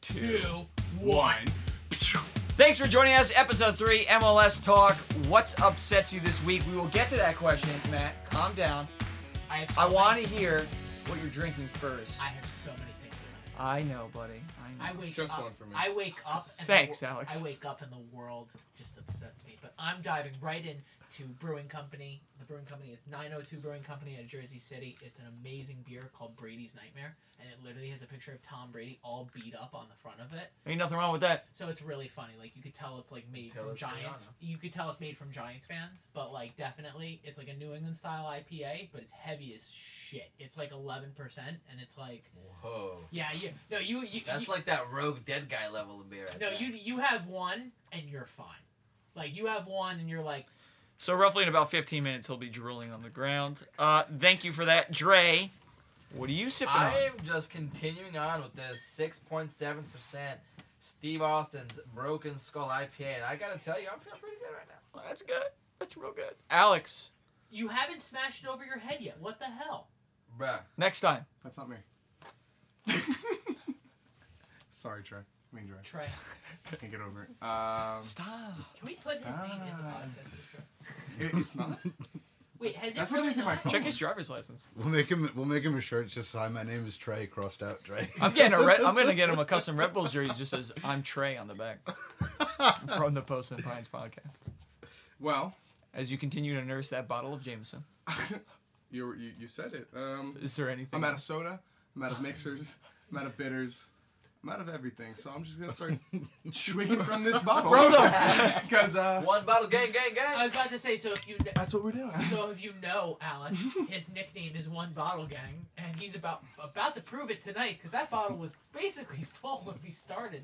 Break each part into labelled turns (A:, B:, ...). A: two, one.
B: Thanks for joining us, episode three, MLS Talk. What's upsets you this week? We will get to that question, Matt. Calm down.
A: I have. So
B: I want
A: many-
B: to hear what you're drinking first.
A: I have so many things. in my-
B: I know, buddy. I
A: I
B: know.
A: wake
C: Just
A: up.
C: one for me.
A: I wake up. And the
B: Thanks,
A: wor-
B: Alex.
A: I wake up and the world just upsets me. But I'm diving right into Brewing Company. The Brewing Company is 902 Brewing Company out of Jersey City. It's an amazing beer called Brady's Nightmare, and it literally has a picture of Tom Brady all beat up on the front of it.
B: Ain't nothing wrong with that.
A: So it's really funny. Like you could tell it's like made
C: Tell
A: from
C: it's
A: Giants.
C: Gianna.
A: You could tell it's made from Giants fans, but like definitely it's like a New England style IPA, but it's heavy as shit. It's like eleven percent, and it's like
C: Whoa.
A: yeah, you no you you
D: That's
A: you-
D: like that rogue dead guy level of beer. I
A: no
D: think.
A: you you have one and you're fine. Like you have one and you're like
B: So roughly in about 15 minutes, he'll be drooling on the ground. Uh, thank you for that, Dre. What are you sipping
D: I
B: on?
D: am just continuing on with this six point seven percent Steve Austin's Broken Skull IPA, and I gotta tell you, I'm feeling pretty good right now.
B: Oh, that's good. That's real good. Alex,
A: you haven't smashed it over your head yet. What the hell?
D: Bruh,
B: next time.
C: That's not me. Sorry, Trey. I mean, Trey.
A: Trey,
C: Can't get over it. Um,
B: Stop.
A: can we put his name in the
C: Stop.
A: podcast? Trey?
C: it- it's not.
A: Wait, has
C: That's
A: it
C: what
A: really
C: it is in my
A: not?
C: phone.
B: Check his driver's license.
E: We'll make him. We'll make him a shirt just sign. My name is Trey, crossed out Trey.
B: I'm getting a red. I'm gonna get him a custom Red Bulls jersey. that Just says I'm Trey on the back from the Post and Pines podcast.
C: Well,
B: As you continue to nurse that bottle of Jameson,
C: you, were- you you said it. Um,
B: is there anything?
C: I'm out of
B: else?
C: soda. I'm out of mixers. I'm out of bitters. I'm out of everything. So I'm just gonna start drinking from this bottle. Because uh,
D: one bottle, gang, gang,
A: I
D: gang.
A: was about to say so if you. kn-
C: that's what we're doing.
A: So if you know Alex, his nickname is One Bottle Gang, and he's about about to prove it tonight because that bottle was basically full when we started.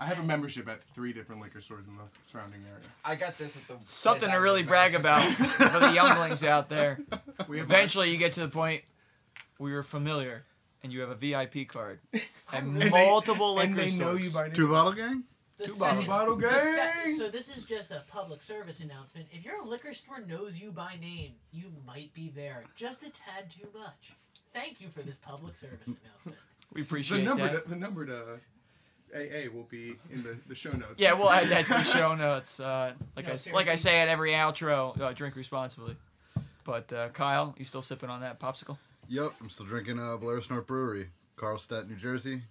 C: I have a membership at three different liquor stores in the surrounding area.
D: I got this at the
B: Something
D: place
B: to
D: I
B: really
D: was
B: brag
D: mentioning.
B: about for the younglings out there.
C: We have
B: Eventually, you get to the point where you're familiar and you have a VIP card at
C: they-
B: multiple
C: and
B: liquor
C: they know
B: stores.
C: you by name.
E: Two bottle gang.
A: The
B: Two
A: second-
C: Bottle
A: the se-
C: Gang!
A: so this is just a public service announcement. If your liquor store knows you by name, you might be there just a tad too much. Thank you for this public service announcement.
B: we
C: the
B: appreciate
C: number
B: that.
C: to, the number to AA will be in the, the show notes.
B: Yeah, we'll add that to the show notes. Uh, like
A: No,
B: I s- like I
A: seriously.
B: say at every outro, uh, drink responsibly. But uh, Kyle, you still sipping on that popsicle?
E: Yep, I'm still drinking uh, Blair Snort Brewery, Carlstadt, New Jersey.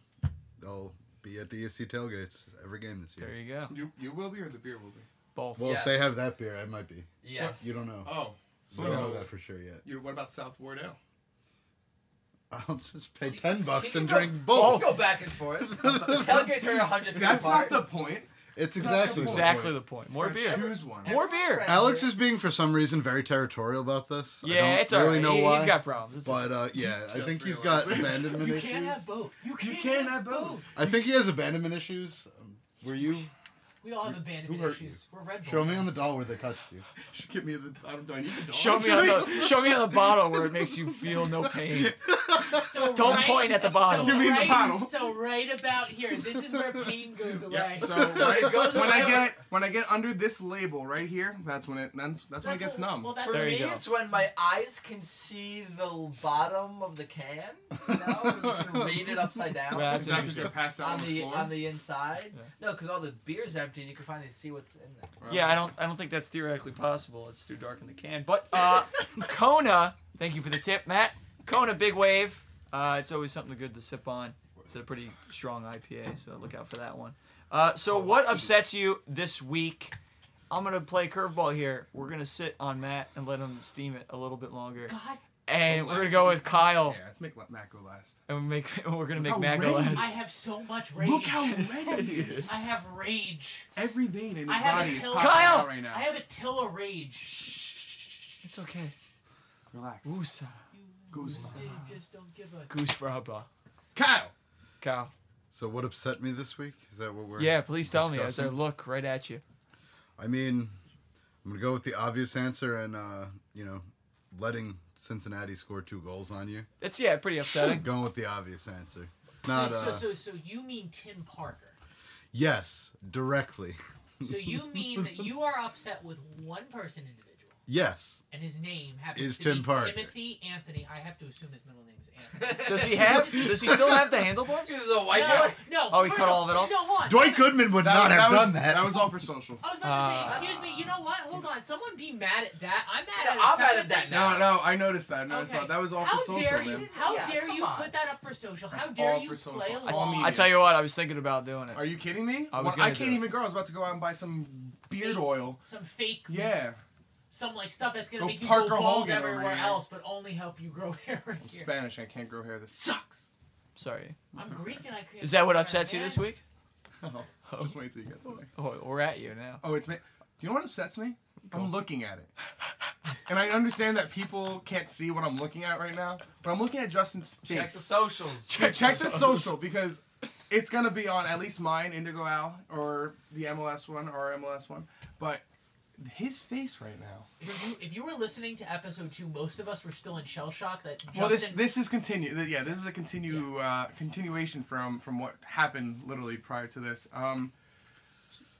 E: They'll be at the ESC tailgates every game this
B: There
E: year.
B: you go.
C: You you will be or the beer will be.
B: Both.
E: Well,
D: Yeah.
E: if they
D: Yes.
E: have that beer, I might be.
D: Yes.
E: You don't know.
C: Oh,
E: We
C: who
E: don't know
C: knows?
E: that for sure yet.
C: You what about South Ward Ale?
E: I'll just pay ten bucks
D: Can
E: and
D: you go-
E: drink both.
D: Go back and forth. Tailgates are 100 feet
C: That's
D: apart.
C: not the point.
E: It's
C: That's not the
E: exactly the
B: exactly
E: point.
B: the point. More beer.
C: Choose one.
B: More beer.
E: Alex is being for some reason very territorial about this. I
B: Yeah,
E: don't
B: it's
E: really
B: alright.
E: know
B: He-
E: why.
B: He's got problems. It's
E: but uh, yeah, I
C: Just
E: think
C: realized
E: he's got
C: this.
E: abandonment
A: You
E: issues.
A: can't have both. You can't,
C: can't
A: have
C: have
A: both.
E: I think he has abandonment issues. Um, were you?
A: We all have abandonment
E: who hurt
A: issues. We're Red Bull.
E: Show me on the
A: fans.
E: doll where they touched you.
C: Give me the. I don't. Do I need the dog?
B: show me on the show me on the bottle where it makes you feel no pain.
A: So
B: Don't
A: right-
B: point at the bottle.
A: So
C: You mean the
A: right,
C: bottle.
A: So right about here, this is where pain goes away.
C: Yeah. So
D: So it goes
C: when I
D: away.
C: get when I get under this label right here, that's when it that's, that's when it
A: That's
C: gets
A: what-
C: numb.
A: Well, that's
D: For
B: There
D: me,
B: you go.
D: it's when my eyes can see the bottom of the can. You know, and you can read it upside down.
B: Yeah, that's
C: it's not because
B: interesting.
C: they're passed out on
D: on
C: the,
D: the
C: floor.
D: on the inside.
B: Yeah.
D: No, because all the beer's empty, and you can finally see what's in there.
B: Yeah, I don't I don't think that's theoretically possible. It's too dark in the can. But uh, Kona, thank you for the tip, Matt. Kona Big Wave. Uh, it's always something good to sip on. It's a pretty strong IPA, so look out for that one. Uh, so
E: Oh,
B: what upsets you this week? I'm gonna play curveball here. We're gonna sit on Matt and let him steam it a little bit longer,
A: God,
B: and we're gonna go with Kyle,
C: Yeah, let's make let Matt go last.
B: and we make we're gonna make
C: How
B: Matt go
C: ready-
B: last.
A: I have so much rage.
C: Look how red he is.
A: I have rage.
C: every vein in his
A: I have
C: body
A: a
C: is
A: till.
C: popping
B: Kyle!
C: out right now.
A: I have a till of rage.
B: It's okay.
C: Relax.
B: Goose,
C: Goose.
A: You just don't give a.
B: goose for Hubba.
C: Kyle.
B: Kyle.
E: So what upset me this week? Is that what we're?
B: Yeah, please tell me as I
E: discussing?
B: look right at you.
E: I mean, I'm gonna go with the obvious answer and uh, you know, letting Cincinnati score two goals on you.
B: It's yeah, pretty upsetting.
E: Going with the obvious answer.
A: So,
E: Not
A: so,
E: uh,
A: so, so you mean Tim Parker?
E: yes, directly.
A: So you mean that you are upset with one person individual?
E: Yes.
A: and his name happens
E: Is
A: to
E: Tim
A: be
E: Parker.
A: Timothy Anthony. I have to assume his middle name is Anthony.
B: Does he have? Does he still have the handlebars?
D: This is a white
A: no,
D: guy.
A: no.
B: Oh, he
A: first
B: cut all of it off?
A: No, hold on.
E: Dwight Goodman would
C: That was-
E: not have
C: that
E: done
C: was,
E: that.
C: was all for social.
A: I was about to
B: Uh,
A: say, excuse me. You know what? Hold on. Someone be mad at that. I'm mad
D: No,
A: at. a
D: I'm mad
A: separate
D: at that
A: thing.
C: No, no, I noticed that. I noticed
A: Okay.
C: that. That was all
A: How
C: for social,
A: dare
C: man.
A: you? How
D: Yeah,
A: dare
D: come
A: you
D: on.
A: put that up for social? How
C: That's
A: dare
C: all
A: you
C: for social.
A: play
C: That's all
A: along?
B: I tell you what, I was thinking about doing it.
C: Are you kidding me?
B: I was
C: Well, I
B: gonna do
C: can't
B: it.
C: even go. I was about to go out and buy some beard
A: Fake-
C: oil.
A: Some fake.
C: Yeah,
A: Some like stuff that's gonna
C: Go
A: make you
C: Parker
A: go bald
C: Hogan over
A: everywhere
C: here.
A: else, but only help you grow hair. Right
C: I'm
A: here.
C: Spanish. I can't grow hair. This sucks.
B: Sorry.
A: I'm Greek and I create.
B: Is that what upsets you this week?
C: Oh, just wait till you get to me.
B: Oh, we're at you now.
C: Oh, it's me. Do you know what upsets me? I'm looking at it, and I understand that people can't see what I'm looking at right now. But I'm looking at Justin's
D: Check the
C: face.
D: socials.
C: Check, the social because it's gonna be on at least mine, Indigo Al, or the MLS one, or MLS one. But his face right now.
A: If you, if you were listening to episode two, most of us were still in shell shock that Justin.
C: Well, this this is continue. th- Yeah, this is a continue uh, continuation from from what happened literally prior to this. Um,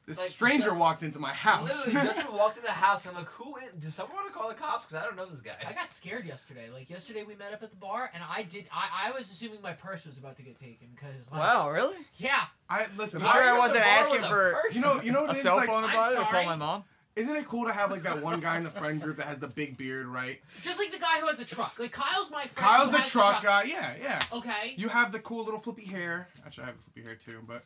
C: this
D: Like,
C: stranger
D: Ju-
C: walked into my house.
D: Literally, Justin walked in the house and I'm like, who is? Did someone want to call the cops? Because I don't know this guy.
A: I got scared yesterday. Like yesterday, we met up at the bar, and I did. I, I was assuming my purse was about to get taken because. Like,
B: Wow, really?
A: Yeah.
C: I listen.
B: You
C: I-
B: sure
D: Are
B: I
D: you
B: wasn't
D: at the bar
B: asking
D: with a
B: for
D: purse?
C: You know, you know what
B: a
C: it is.
B: cell phone to
C: Like,
A: I'm
B: buy or call
A: sorry.
B: my mom?
C: isn't it cool to have like that one guy in the friend group that has the big beard, right?
A: Just like the guy who has the truck. Like Kyle's my friend. who
C: Kyle's the
A: has
C: truck guy. Yeah, yeah.
A: Okay.
C: You have the cool little flippy hair. Actually, I have a flippy hair too, but.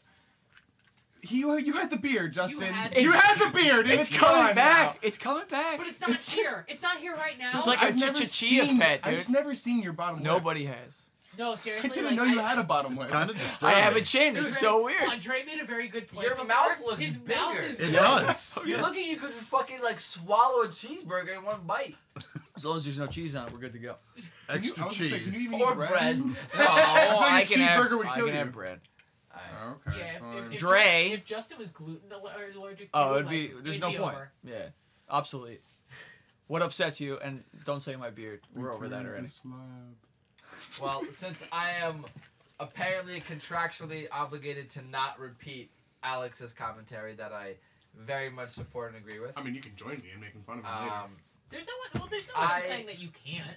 C: He, you had the beard, Justin. You
A: had
C: had,
A: the-
C: the beard. It's,
B: It's, coming
C: gone now.
B: back. It's coming back.
A: but it's not here. It's not here right now.
B: Just like- a
C: I've never
B: Chichia
C: seen-
B: pet,
C: I've
B: dude.
C: just never seen your bottom lip.
B: Nobody has.
A: no,
C: I
A: seriously.
C: didn't
A: like,
C: know you had a bottom lip.
E: Kind of disturbing.
B: I haven't changed.
A: Dude,
B: It's so weird.
A: Andre made a very good point.
D: Your
A: before.
D: mouth looks
A: His
D: bigger.
A: Mouth is
E: It does.
D: You're looking, you could fucking like swallow a cheeseburger in one bite.
B: As long as there's no cheese on it, we're good to go.
E: Extra
C: I was gonna say, can you
E: cheese.
C: even eat
D: Or bread. No,
B: Oh,
C: like
B: I
C: a
B: can have.
C: cheeseburger would
B: I
C: kill
B: can
C: you.
B: have bread.
D: I-
C: Oh,
A: Yeah,
C: okay.
A: if, if, if,
B: Dre.
A: If Justin was gluten al- or allergic, to,
B: Oh, it'd
A: like,
B: be. There's
A: it'd
B: no
A: be
B: point.
A: over.
B: Yeah, obsolete. What upsets you? And don't say my beard. We're over that already.
D: Well, since I am apparently contractually obligated to not repeat Alex's commentary that I very much support and agree with.
C: I mean, you can join me in making fun of me later.
D: Um,
A: There's no. Well, there's no one
D: I-
A: saying that you can't.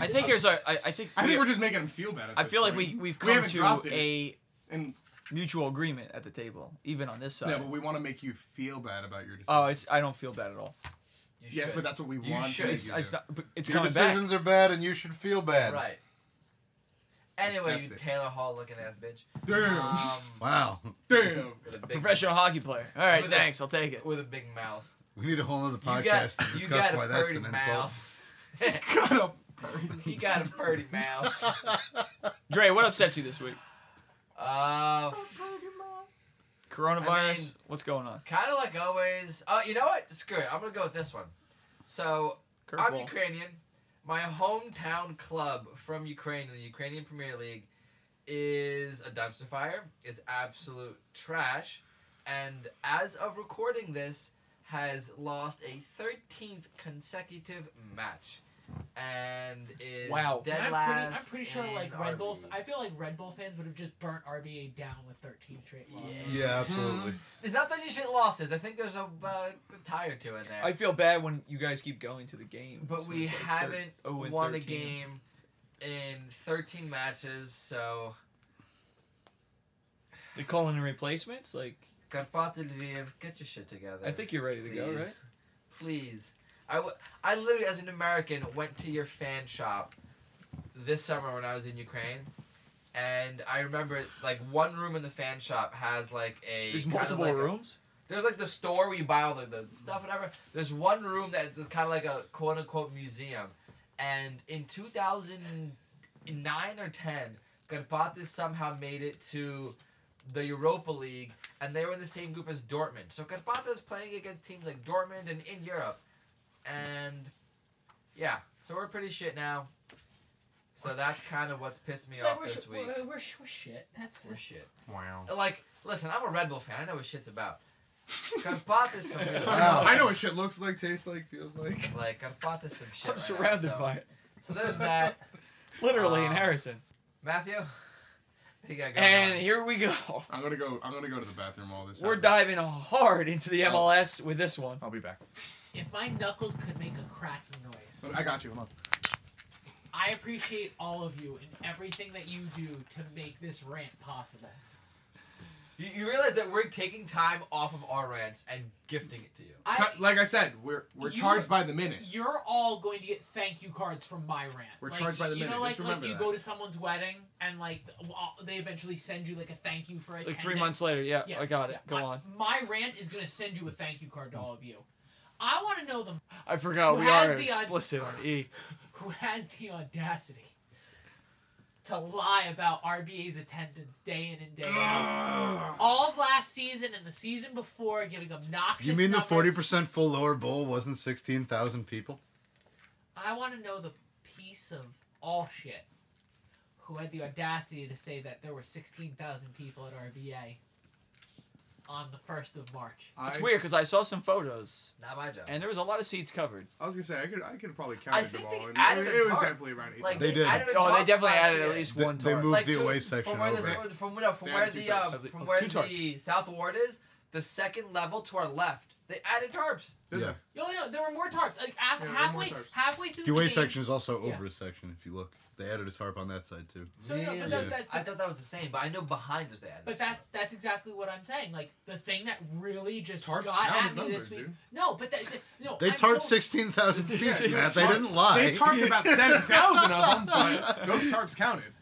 B: I think there's a. I, I think.
C: I
B: we-
C: think we're just making him feel bad. At
B: I
C: this
B: feel like
C: point.
B: we we've
C: We
B: come
C: haven't
B: to
C: dropped it.
B: a
C: And
B: mutual agreement at the table, even on this side.
C: yeah, but we want to make you feel bad about your decision.
B: oh, it's. I don't feel bad at all.
D: you
C: yeah,
D: should.
C: but that's what we
D: You
C: want.
D: should.
C: to
B: It's.
C: do.
B: It's not. But it's
E: Your
B: coming back.
E: decisions are bad, and you should feel bad.
D: right. Anyway, you
C: Accept it.
D: Taylor Hall looking ass bitch.
C: Damn.
D: Um,
E: Wow.
C: Damn.
D: with a big,
B: Professional hockey player. All right,
D: With a-
B: thanks. I'll take it.
D: with a big mouth.
E: We need a whole other
D: You
E: podcast
D: got,
E: to
D: you
E: discuss
D: got a
E: why that's
D: pretty
E: an insult.
D: mouth.
C: Cut up.
D: he got a pretty mouth.
B: Dre, what upset you this week?
D: Uh,
B: Coronavirus.
D: I mean-
B: what's going on?
D: kind of like always. Oh, you know what? Screw it. I'm gonna go with this one. So I'm
B: Curveball.
D: Ukrainian. My hometown club from Ukraine in the Ukrainian Premier League is a dumpster fire, is absolute trash, and as of recording this, has lost a 13th consecutive match. And is
B: Wow.
D: dead
A: I'm pretty, I'm
D: last.
A: pretty sure
D: in
A: like Red Bull.
D: RB.
A: I feel like Red Bull fans would have just burnt RBA down with 13 straight losses.
E: Yeah, absolutely.
D: There's not 30 shit losses. I think there's a uh, tire to it there.
B: I feel bad when you guys keep going to the game.
D: But
B: so
D: we
B: it's like thir-
D: haven't
B: 0 and
D: won
B: 13.
D: a game in 13 matches, so
B: They call in replacements. Like
D: Karpaty Lviv, get your shit together.
B: I think you're ready to go, right?
D: Uh, Please. Please. I, w- I literally, as an American, went to your fan shop this summer when I was in Ukraine. And I remember, like, one room in the fan shop has, like, a.
B: There's
D: kind of
B: multiple
D: like a-
B: rooms.
D: there's, like, the store where you buy all the, the stuff, whatever. There's one room that's kind of like a quote unquote museum. And in 2009 or 10, Karpatis somehow made it to the Europa League, and they were in the same group as Dortmund. So Karpatis playing against teams like Dortmund and in Europe. And yeah, so we're pretty shit now. So that's kind of what's pissed me
A: It's like,
D: off
A: we're,
D: this
A: sh-
D: week.
A: We're, we're sh- we're shit. That's
D: We're
A: that's-
D: shit.
C: Wow.
D: Like, listen, I'm a Red Bull fan. I know what shit's about. Mm-hmm. Karpatis some real-
E: Wow.
C: I know what shit looks like, tastes like, feels like.
D: Like Karpatis some shit.
B: I'm
D: right now,
B: surrounded
D: so-
B: by it,
D: So there's that.
B: literally in
D: Um,
B: Harrison.
D: Matthew, what do you got going
B: And
D: on?
B: here we go.
C: I'm gonna go. I'm gonna go to the bathroom. All this.
B: We're
C: happened.
B: diving hard into the MLS with this one.
C: I'll be back.
A: If my knuckles could make a cracking noise,
C: I got you. Hold on.
A: I appreciate all of you and everything that you do to make this rant possible.
D: You, you realize that we're taking time off of our rants and gifting it to you.
A: I,
C: Cut- like I said, we're we're
A: You-
C: charged by the minute.
A: you're all going to get thank you cards from my rant.
C: We're
A: Like,
C: charged by the
A: you
C: minute,
A: Know, like,
C: just
A: like
C: remember
A: you
C: that.
A: go to someone's wedding and like w- all- they eventually send you like a thank you for it.
B: Like three months later, yeah, I got it. Go
A: I-
B: on.
A: My rant is gonna send you a thank you card to all of you. I want to know the
B: I forgot
A: Who
B: we
A: has
B: are
A: the odd-
B: explicit on E.
A: who has the audacity to lie about RBA's attendance day in and day out. All of last season and the season before, giving obnoxious.
E: You mean the
A: numbers.
E: forty percent full lower bowl wasn't sixteen thousand people?
A: I want to know the piece of all shit who had the audacity to say that there were 16,000 people at RBA on the 1st of March.
C: I,
B: It's weird because I saw some photos
D: Not my job.
B: and there was a lot of seats covered.
C: I was gonna say I could I could probably
D: I
C: counted them
D: think
C: all.
D: they
C: and
D: added
C: it,
D: a
C: it was
D: tarp.
C: definitely around eight.
D: Like
E: They did.
D: added a
B: Oh, they
D: top
B: definitely
D: class
B: added at
D: kid.
B: least
E: They-
B: one
E: they
B: tarp.
E: moved-
D: Like
E: the
D: to-
E: away section
D: from where,
E: over.
D: the,
E: Right.
D: from, no, from
C: They
D: where
C: added two
D: the
C: tarps.
D: um,
B: Oh,
D: from where
B: two tarps.
D: the south ward is, the second level to our left, they added tarps.
C: Did
E: Yeah.
C: they?
A: Yo, no, there were more tarps. Like, half,
C: Yeah, there were more
A: halfway,
C: tarps.
A: halfway through
E: The away
A: game-
E: section is also
A: Yeah.
E: over section if you look. They added a tarp on that side too.
A: So, no, but, that,
E: Really?
A: that,
D: I thought that was the same, but I know behind us they added.
A: but that's that's exactly what I'm saying. Like the thing that really just
C: Tarps
A: got
C: count
A: at
C: as
A: me
C: numbers,
A: this week.
C: dude.
A: No, but that, that- no.
E: They
A: I'm
E: tarped
A: so-
E: sixteen thousand seats,
C: Yeah,
E: Matt. They
C: tarp-
E: didn't lie.
C: They tarped about seven thousand of them, but those tarps counted.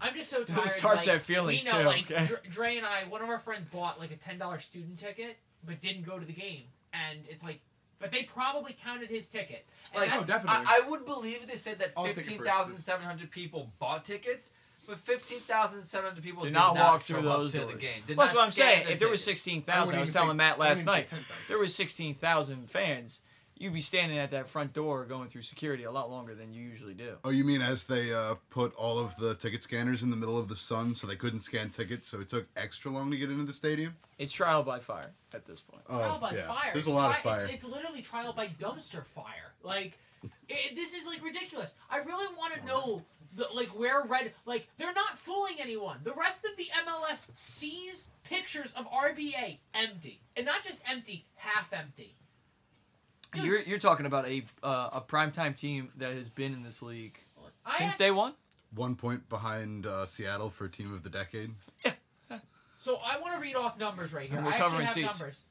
A: I'm just so tired.
B: Those tarps
A: like,
B: have feelings,
A: we know,
B: too,
A: Like,
B: okay?
A: Dr- Dre and I, one of our friends bought like a ten dollar student ticket, but didn't go to the game, and it's like, but they probably counted his ticket. And
D: Like,
A: that's-
C: oh, definitely.
D: I, I would believe if they said that
C: All ticket
D: 15,700 people bought tickets, but 15,700 people
B: Did
D: did,
B: not walk
D: show
B: through
D: up
B: those
D: to the
B: doors.
D: game. Did
B: Well, that's
D: not
B: what I'm
D: scan
B: saying.
D: their
B: If there was
D: tickets.
B: sixteen thousand, I,
C: I
B: was
C: wouldn't even
B: telling
C: say-
B: Matt
C: I
B: last
C: wouldn't even
B: night.
C: say 10,000.
B: There was sixteen thousand fans. You'd be standing at that front door going through security a lot longer than you usually do.
E: Oh, you mean as they uh, put all of the ticket scanners in the middle of the sun so they couldn't scan tickets, so it took extra long to get into the stadium?
B: It's trial by fire at this point.
E: Oh,
A: trial by
E: yeah.
A: fire.
E: There's a
A: It's
E: lot of
A: tri-
E: fire.
A: It's, it's literally trial by dumpster fire. Like, it, this is like ridiculous. I really want to know, the, like, where Red, like, they're not fooling anyone. The rest of the MLS sees pictures of RBA empty, and not just empty, half empty. Dude.
B: You're you're talking about a uh, a primetime team that has been in this league
A: I
B: since
A: ac-
B: day one.
E: One point behind uh, Seattle for team of the decade.
A: So I want to read off numbers right here.
B: And we're
A: I
B: covering
A: actually have
B: seats.
A: numbers.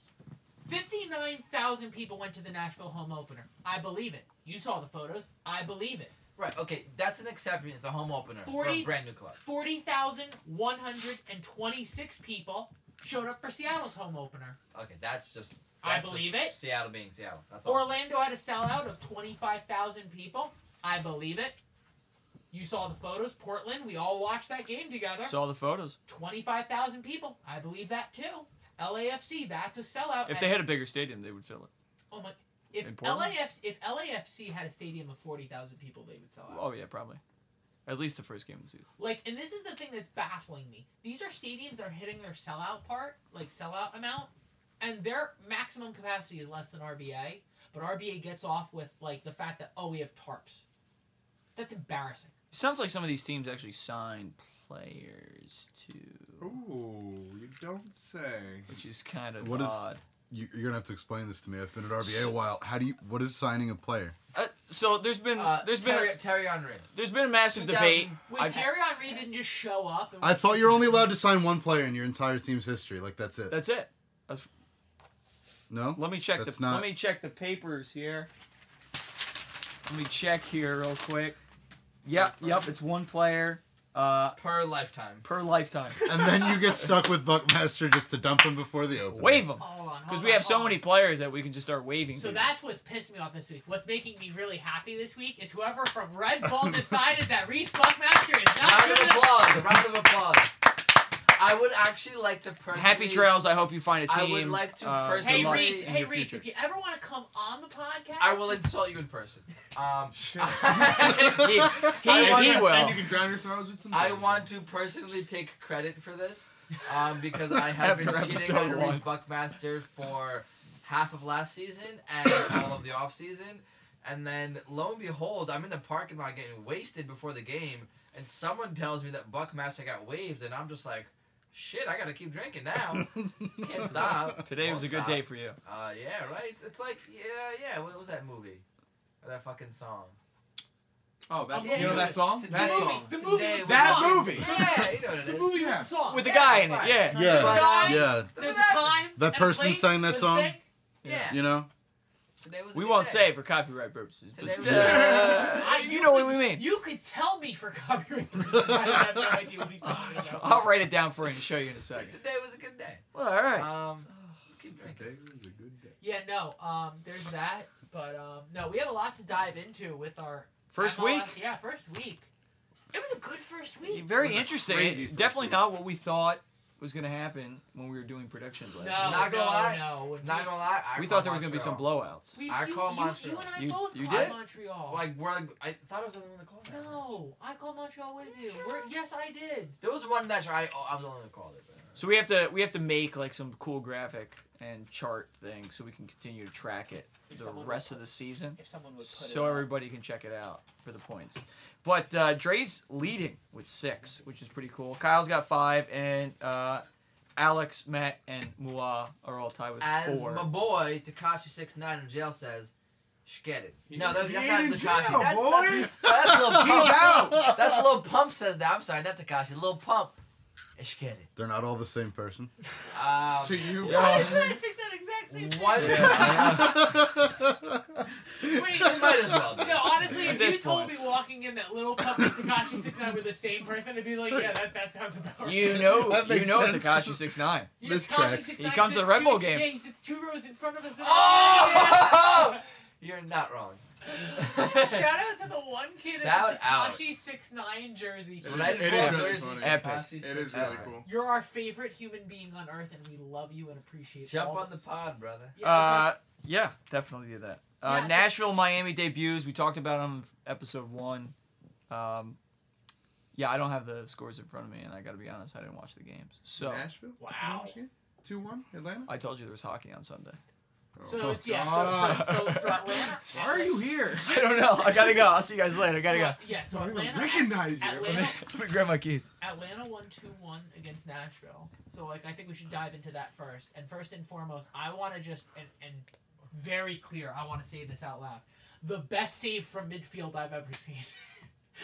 A: Fifty-nine thousand people went to the Nashville home opener. I believe it. You saw the photos. I believe it.
D: Right, okay, that's an exception. It's a home opener for
A: 40
D: a brand new club.
A: Forty thousand one hundred and twenty-six people showed up for Seattle's home opener.
D: Okay, that's just.
A: I
D: that's
A: believe
D: just
A: it.
D: Seattle being Seattle. That's all.
A: Orlando had a sellout of twenty-five thousand people. I believe it. You saw the photos. Portland. We all watched that game together.
B: Saw the photos.
A: twenty-five thousand people. I believe that too. LAFC. That's a sellout.
B: If
A: And-
B: they had a bigger stadium, they would fill it.
A: Oh my! If
B: In Portland?
A: LAFC if LAFC had a stadium of forty thousand people, they would sell out.
B: Oh yeah, probably. At least the first game of the season.
A: Like, and this is the thing that's baffling me. These are stadiums that are hitting their sellout part, like sellout amount, and their maximum capacity is less than RBA. But RBA gets off with like the fact that oh we have tarps. That's embarrassing.
B: It sounds like some of these teams actually signed players too,
C: Ooh, you don't say.
B: which is kind of
E: What is-
B: odd.
E: You, you're gonna have to explain this to me. I've been at RBA a while. How do you? What is signing a player?
B: Uh, so there's been
D: Uh,
B: there's been
D: Terry, Terry Henry.
B: there's been a massive
D: 2000
B: debate.
A: Wait,
B: I've-
A: Terry Henry didn't just show up. And
E: I thought you were only allowed to sign one player in your entire team's history. Like that's it.
B: that's it. That's-
E: no.
B: let me check
E: That's
B: the
E: not-
B: let me check the papers here. Let me check here real quick. Yep, yep, it's one player uh,
D: Per lifetime.
B: per lifetime.
E: And then you get stuck with Buckmaster just to dump him before the open.
B: Wave them.
A: Hold on,
B: Because
A: hold
B: we
A: on,
B: have so
A: hold on.
B: many players that we can just start waving.
A: So
B: people.
A: that's what's pissed me off this week. What's making me really happy this week is whoever from Red Bull decided that Reese Buckmaster is not
D: round
A: good
D: of
A: enough.
D: applause. A round of applause. I would actually like to personally.
B: Happy trails. I hope you find a
D: I
B: team.
D: would like to
B: uh, good
A: Hey
D: Some
B: luck
D: personally-
A: Reese,
B: in
A: hey
B: your
A: Reese,
B: future.
A: if you ever want to come on the podcast,
D: I will insult you in person. Um,
C: Shit.
B: he,
D: I
B: he,
D: want
B: he
D: to-
B: will.
C: And you can drown yourselves with some.
D: I
C: beers.
D: want to personally take credit for this um, because I have been
B: After
D: cheating
B: episode
D: on Reese
B: one.
D: Buckmaster for half of last season and all of the off season, and then lo and behold, I'm in the parking lot getting wasted before the game, and someone tells me that Buckmaster got waived, and I'm just like, shit, I gotta keep drinking now. Can't stop.
B: Today
D: Won't
B: was a good
D: stop.
B: day for you.
D: Uh, yeah, right. It's, it's like yeah, yeah. What was that movie? Or that fucking song.
C: Oh, that
A: Yeah,
C: you know
A: yeah.
C: that song?
D: Today-
C: That
A: movie.
C: song.
A: The movie
D: Today
A: with
D: was
C: That
D: fun.
C: movie.
D: Yeah, you know what it
A: The
D: is.
A: movie with
C: Yeah.
A: the song.
B: With the
D: Yeah,
B: guy in it,
D: fine.
B: yeah.
A: There's a
E: Yeah. "Oh,
A: guy,
E: Yeah.
A: There's a
D: Doesn't
A: time.
E: That
A: and a
E: person
A: place
E: sang that
A: and a
E: song?
A: thing.
D: Yeah.
E: You know?
D: Today was a
B: We
D: good
B: won't
D: day.
B: say for copyright purposes. But
D: Today was-
B: Uh,
A: I-
B: you know what we
A: could-
B: mean.
A: You could tell me for copyright purposes. I have no idea what he's talking about.
B: I'll write it down for you and show you in a second.
D: Today was a good day.
B: Well, all right.
D: Um, keep drinking.
C: Today was a good day.
A: Yeah, no. Um, there's that, but um, no, we have a lot to dive into with our
B: First
A: MLS.
B: week.
A: Yeah, first week. It was a good first week.
B: Very
C: was a
B: interesting.
C: crazy first
B: Definitely
C: week.
B: not what we thought was going to happen when we were doing predictions last
A: No,
B: year.
D: Not gonna
A: no,
D: lie.
A: no. when
D: Not
A: we-
D: gonna lie, I
B: We
D: call
B: thought there was going to be some
D: Montreal.
B: blowouts.
A: we-
D: I
A: you-
D: call
A: you,
D: Montreal.
A: You and I
B: You-
A: both
B: you
A: call
B: did?
A: Montreal.
D: Like we're like, I thought I was the only one to call that.
A: no, I called Montreal with you. We're, yes, I did.
D: There was one match where I oh, I was the only one to call it. But,
B: So we have to we have to make like some cool graphic and chart thing so we can continue to track it the
A: Someone
B: rest
A: would
B: of the season.
A: If someone would put
B: so
A: it. on.
B: everybody can check it out for the points. But uh, Dre's leading with six, which is pretty cool. Kyle's got five, and uh, Alex, Matt, and Mua are all tied with
D: as
B: four.
D: my boy Takashi six nine in jail says, "Sh- get it." No, that,
C: He
D: that's
C: in
D: not
C: jail,
D: Takashi. That's,
C: boy.
D: that's so that's Lil Pump.
C: Oh,
E: out!
D: that's Lil Pump says that. I'm sorry, not Takashi. Lil Pump. "Sh- get it.
E: They're not all the same person.
D: Um,
C: To you,
B: Yeah.
A: Why did I think that exact same thing?
D: Why-
A: Wait,
D: you might as well. be.
A: No, honestly,
B: At
A: if
B: this
A: you told
B: point.
A: me walking in that little puppy Takashi Six Nine were the same person, I'd be like, yeah, that, that sounds about right.
B: you know,
E: That
B: you
E: makes
B: know
E: sense.
B: Takashi six nine.
A: Yeah,
E: This
A: Tekashi
E: tracks.
A: 6ix9ine
B: He comes to the
A: sits
B: Red Bull
A: two-
B: games.
A: Yeah, he sits two rows in front of us. and-
D: Oh! You're not wrong.
A: Yeah. Shout out to the one kid
D: Shout
A: in the
D: out.
A: Takashi Six Nine jersey.
C: It
D: Red
C: is
D: Bull
C: really
D: jersey,
C: funny.
B: Epic.
D: Tekashi
C: It is
D: 6ix9ine.
C: really cool.
A: You're our favorite human being on earth, and we love you and appreciate.
D: Jump
A: all
D: on the pod, brother.
A: Yeah, it's
B: Uh,
A: like-
B: yeah, definitely do that. Uh,
A: Yeah, so-
B: Nashville, Miami debuts. We talked about them episode one. Um, yeah, I don't have the scores in front of me, and I got to be honest, I didn't watch the games. So
C: Nashville.
A: Wow.
C: Two one Atlanta.
B: I told you there was hockey on Sunday.
A: so
E: Oh,
A: it's yeah. So so so, so Atlanta.
C: Why are you here?
B: I don't know. I gotta go. I'll see you guys later. I gotta
A: so,
B: go.
A: Yeah. So
C: I don't even
A: Atlanta.
C: recognize you.
A: Atlanta
B: Let me grab my keys.
A: Atlanta won 2 1 against Nashville. So, like, I think we should dive into that first. And first and foremost, I want to just, and, and very clear, I want to say this out loud. The best save from midfield I've ever seen.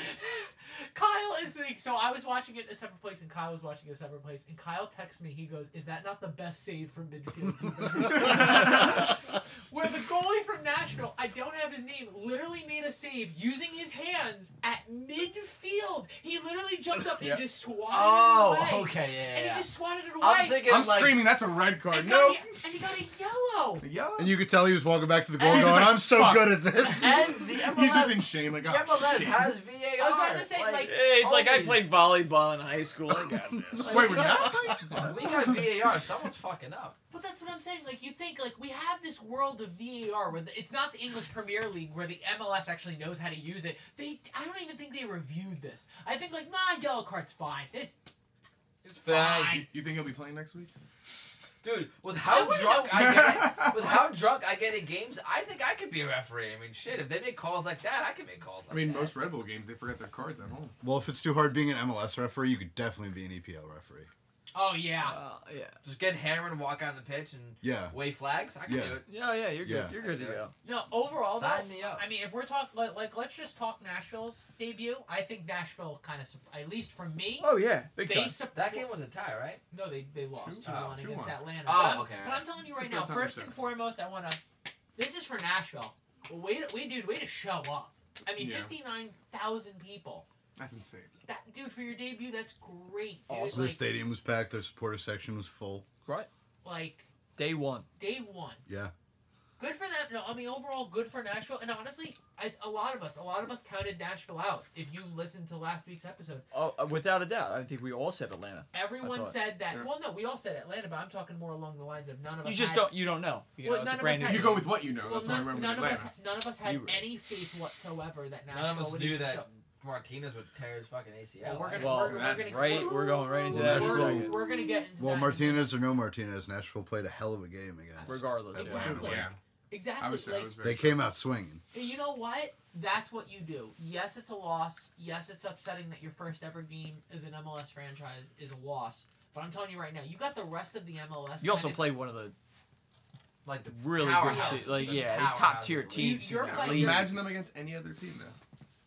A: Kyle is like, so I was watching it in a separate place, and Kyle was watching it in a separate place, and Kyle texts me, he goes, Is that not the best save from midfield you've ever seen?" Where the goalie from Nashville, I don't have his name, literally made a save using his hands at midfield. He literally jumped up and
C: Yep.
A: just swatted it
D: Oh,
A: away.
D: okay, yeah.
A: And
D: yeah.
A: he just swatted it away.
D: I'm thinking
C: I'm
D: like,
C: screaming. That's a red card.
A: and,
C: No.
A: got a, and he got a yellow.
C: Yeah.
E: And you could tell he was walking back to the goal
D: And
E: going,
D: he's
C: like,
E: I'm so
C: "Fuck."
E: good at this.
D: And the MLS,
C: He's just in shame. Like,
D: the
C: oh,
D: MLS
C: shit.
D: has VAR.
A: I was about to say, like-
B: It's like I
D: always.
B: played volleyball in high school. I got this.
C: Wait, we're not.
D: we got VAR. Someone's fucking up.
A: But that's what I'm saying. Like you think, like we have this world of VAR where the, it's not the English Premier League where the MLS actually knows how to use it. They, I don't even think they reviewed this. I think like, nah, yellow card's fine. This,
D: It's
C: You,
A: fine.
C: you think he'll be playing next week?
D: Dude, with
A: I
D: how
A: wouldn't
D: drunk
A: know.
D: I get, with how drunk I get in games, I think I could be a referee. I mean, shit, if they make calls like that, I can make calls like
C: I mean,
D: that.
C: most Red Bull games they forget their cards at home.
E: well, if it's too hard being an MLS referee, you could definitely be an EPL referee.
A: Oh yeah.
B: Uh, yeah.
D: just get hammered and walk out on the pitch and
E: Yeah.
D: wave flags. I can
E: Yeah.
D: do it.
B: Yeah, yeah, you're good.
E: Yeah.
B: You're good to go.
A: No, overall though,
D: Sign me up.
A: I mean, if we're talking like, like, let's just talk Nashville's debut. I think Nashville kind of, at least for me,
B: Oh yeah, big
A: they
B: time.
A: support.
D: That game was a tie, right?
A: No, they, they lost 2
C: Two-
A: 1
D: oh,
A: against
C: 2-1.
A: Atlanta.
D: Oh,
A: but I'm,
D: okay,
A: But I'm telling you right
C: It's a
A: now,
C: third time
A: first
C: this
A: and
C: year.
A: foremost, I want to. This is for Nashville. Way to, way, dude, way to show up. I mean,
C: Yeah.
A: 59,000 people.
C: That's insane.
A: That Dude, for your debut, that's great. Dude.
E: Also, their
A: like,
E: stadium was packed, their supporter section was full.
B: Right.
A: like,
B: Day one.
A: day one.
E: Yeah.
A: Good for them. No, I mean, overall, good for Nashville. And honestly, I, a lot of us, a lot of us counted Nashville out. If you listened to last week's episode,
B: Oh, uh, without a doubt. I think we all said Atlanta.
A: everyone
B: thought-
A: said that.
C: Yeah.
A: Well, no, we all said Atlanta, but I'm talking more along the lines of none of us.
B: You just
A: had-
B: don't. You don't know. You know,
A: Well,
B: it's a
A: none of
B: brand
A: us
B: new.
A: had-
C: You
B: team.
C: go with what you know.
A: Well,
C: That's why
A: none,
C: we're in
A: none of us,
C: Atlanta.
A: none of us had
B: You were-
A: any faith whatsoever that Nashville
D: None of us
A: would
D: knew
A: even
D: that.
A: show-
D: Martinez would tear his fucking ACL.
A: Well, we're gonna,
B: Well,
A: we're, we're
C: that's
A: gonna,
B: right. We're going right into
E: Well,
B: that.
A: We're,
B: in a
E: Nashville-
B: second.
A: we're, gonna get into
E: Well,
A: that.
E: Martinez or no Martinez, Nashville played a hell of a game against.
B: Regardless,
E: Atlanta.
A: Exactly.
E: Like,
C: Yeah,
A: Exactly.
C: I was. I
A: like,
C: was very.
E: They came out swinging.
A: You know what? That's what you do. Yes, it's a loss. Yes, it's upsetting that your first ever game as an MLS franchise is a loss. But I'm telling you right now, you got the rest of the MLS.
B: You also
A: kind of-
B: play one of the
D: Like the
B: really good,
D: powerhouses,
B: te- like
D: the
B: yeah,
D: powerhouses
B: top tier
D: of the
A: You-
B: teams.
A: you're
B: in that
A: playing-
B: league.
C: Imagine them against any other team now.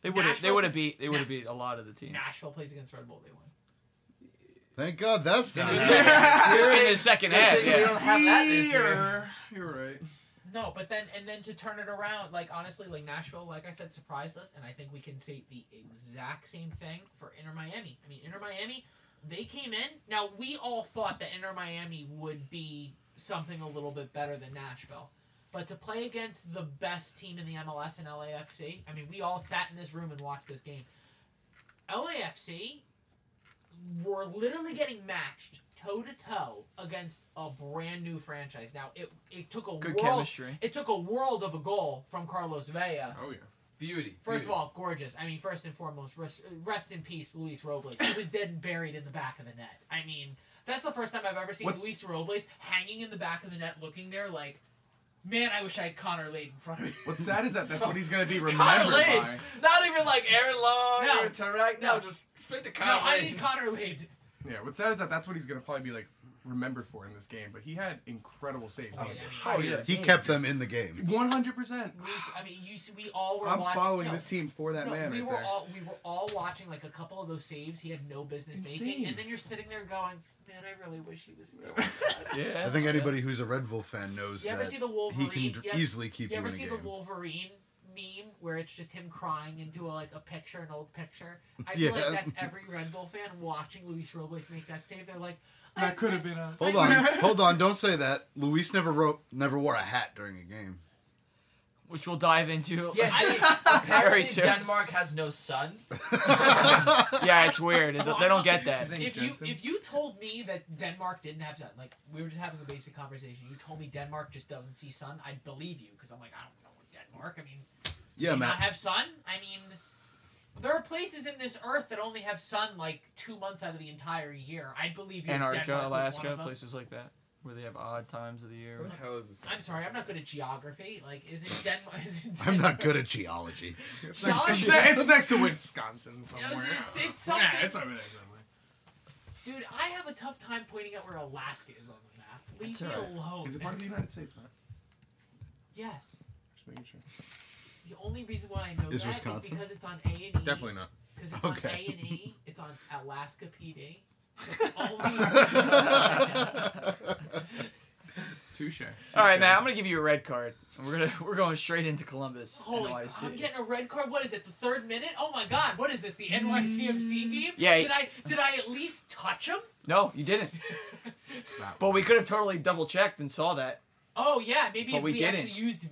B: They would have. They
A: Nashville-
B: would have beat. They would
A: Nah.
B: have beat a lot of the teams.
A: Nashville plays against Red Bull. They won.
E: Thank God that's
B: In
E: not.
B: the second, we were in the second
D: Good
B: half.
D: thing we
B: Yeah.
D: don't have that this year.
C: Year. You're right.
A: No, but then and then to turn it around, like honestly, like Nashville, like I said, surprised us, and I think we can say the exact same thing for Inter Miami. I mean, Inter Miami, they came in. Now we all thought that Inter Miami would be something a little bit better than Nashville, but to play against the best team in the MLS and LAFC, I mean, we all sat in this room and watched this game. LAFC were literally getting matched toe to toe against a brand new franchise. Now it it took a
B: Good
A: world
B: chemistry.
A: it took a world of a goal from Carlos Vela.
C: Oh yeah.
D: Beauty.
A: First of
D: beauty.
A: all, gorgeous. I mean, first and foremost, rest, rest in peace, Luis Robles. He was dead and buried in the back of the net. I mean, that's the first time I've ever seen
C: What's-
A: Luis Robles hanging in the back of the net, looking there like, man, I wish I had Connor laid in front of me.
C: What's sad is that that's what he's gonna be
D: Connor
C: remembered by.
D: Lane. Not even like Aaron Long
A: No.
D: or Tarek. No,
A: No.
D: just straight to
A: no,
D: Connor
A: I
D: Lane.
A: need Connor laid.
C: Yeah. What's sad is that that's what he's gonna probably be like remembered for in this game. But he had incredible saves. the
A: Oh, yeah.
C: entire
A: Oh,
B: yeah.
E: He kept them in the game.
C: One hundred percent.
A: Luis, I mean, you see, we all were
C: I'm
A: watching.
C: following
A: no,
C: this team for that
A: no,
C: man
A: we
C: right
A: were
C: there.
A: all we were all watching like a couple of those saves he had no business making,
C: Insane.
A: and then you're sitting there going, man, I really wish he was still.
B: Yeah.
E: I think anybody who's a Red Bull fan knows
A: You ever
E: that
A: see the
E: he
A: Wolverine?
E: can dr-
A: you ever-
E: easily keep
A: You
E: you,
A: ever
E: in a
A: see the
E: game.
A: Wolverine meme where it's just him crying into a, like a picture, an old picture? I feel
E: Yeah.
A: like that's every Red Bull fan watching Luis Robles make that save. They're like, I
C: That could have
A: miss-
C: been us.
E: Hold on, hold on! Don't say that. Luis never wrote, never wore a hat during a game.
B: Which we'll dive into.
D: Yes,
B: Very
D: apparently
B: soon.
D: Denmark has no sun.
B: yeah, it's weird. It- They don't get that.
C: His name
A: If you
C: Jensen.
A: if you told me that Denmark didn't have sun, like we were just having a basic conversation, you told me Denmark just doesn't see sun, I'd believe you because I'm like I don't know Denmark. I mean,
E: Yeah,
A: do they
E: Matt.
A: not have sun. I mean, there are places in this earth that only have sun like two months out of the entire year. I'd believe you. if
B: Antarctica,
A: Denmark was one of
B: Alaska,
A: them.
B: places like that, where they have odd times of the year.
C: Where the hell is this?
A: I'm sorry, I'm not good at geography. Like, is it Denmark? Is it
E: I'm not good at geology.
C: It's
A: Y'all
C: next, it's,
A: should-
C: ne- it's next to Wisconsin somewhere.
A: it's- it's
C: Yeah,
A: something-
C: it's over there somewhere.
A: Dude, I have a tough time pointing out where Alaska is on the map. Leave
B: That's
A: me
B: alright.
A: alone.
C: Is it part of the United States, man?
A: Yes.
C: Just making sure.
A: The only reason why I know that
E: Is
A: is
E: Wisconsin?
A: because it's on A and E.
C: not.
A: Because it's
E: Okay.
A: on A and E. It's on Alaska PD. That's the only reason why I know.
C: Touche.
B: All right, Matt. I'm gonna give you a red card. And We're gonna we're going straight into Columbus.
A: Holy,
B: NYC.
A: I'm getting a red card. What is it? The third minute? Oh my God! What is this? The NYCFC game?
B: Yeah.
A: Did I did I at least touch him?
B: No, you didn't. But we could have totally double checked and saw that.
A: Oh yeah, maybe
B: But
A: if
B: we
A: we,
B: didn't.
A: actually used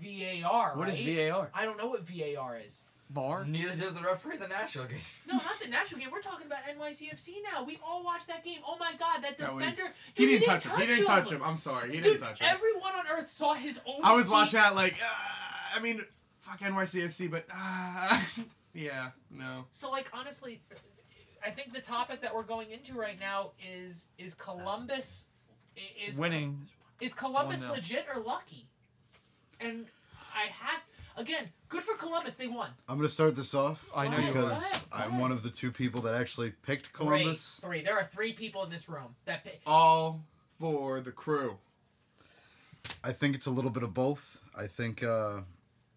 A: VAR.
B: What is
A: right?
B: VAR?
A: I don't know what VAR is.
B: VAR.
D: Neither does the referee at the national game.
A: No, not the national game. We're talking about NYCFC now. We all watched that game. Oh my God, that
C: That
A: defender!
C: was,
A: dude,
C: he didn't touch him. He didn't touch him.
A: Dude,
C: I'm sorry. He didn't touch him.
A: everyone on earth saw his own.
C: I was
A: feet.
C: watching that like, uh, I mean, fuck NYCFC, but uh, yeah, no.
A: So, like, honestly, I think the topic that we're going into right now is is Columbus i- is
B: Winning.
A: Is Columbus
B: One nil.
A: legit or lucky? And I have again, good for Columbus. They won.
E: I'm gonna start this off.
B: I know you
E: because
A: are.
E: I'm one of the two people that actually picked
A: Three.
E: Columbus.
A: Three. There are three people in this room that. pi-
C: All for the crew.
E: I think it's a little bit of both. I think uh,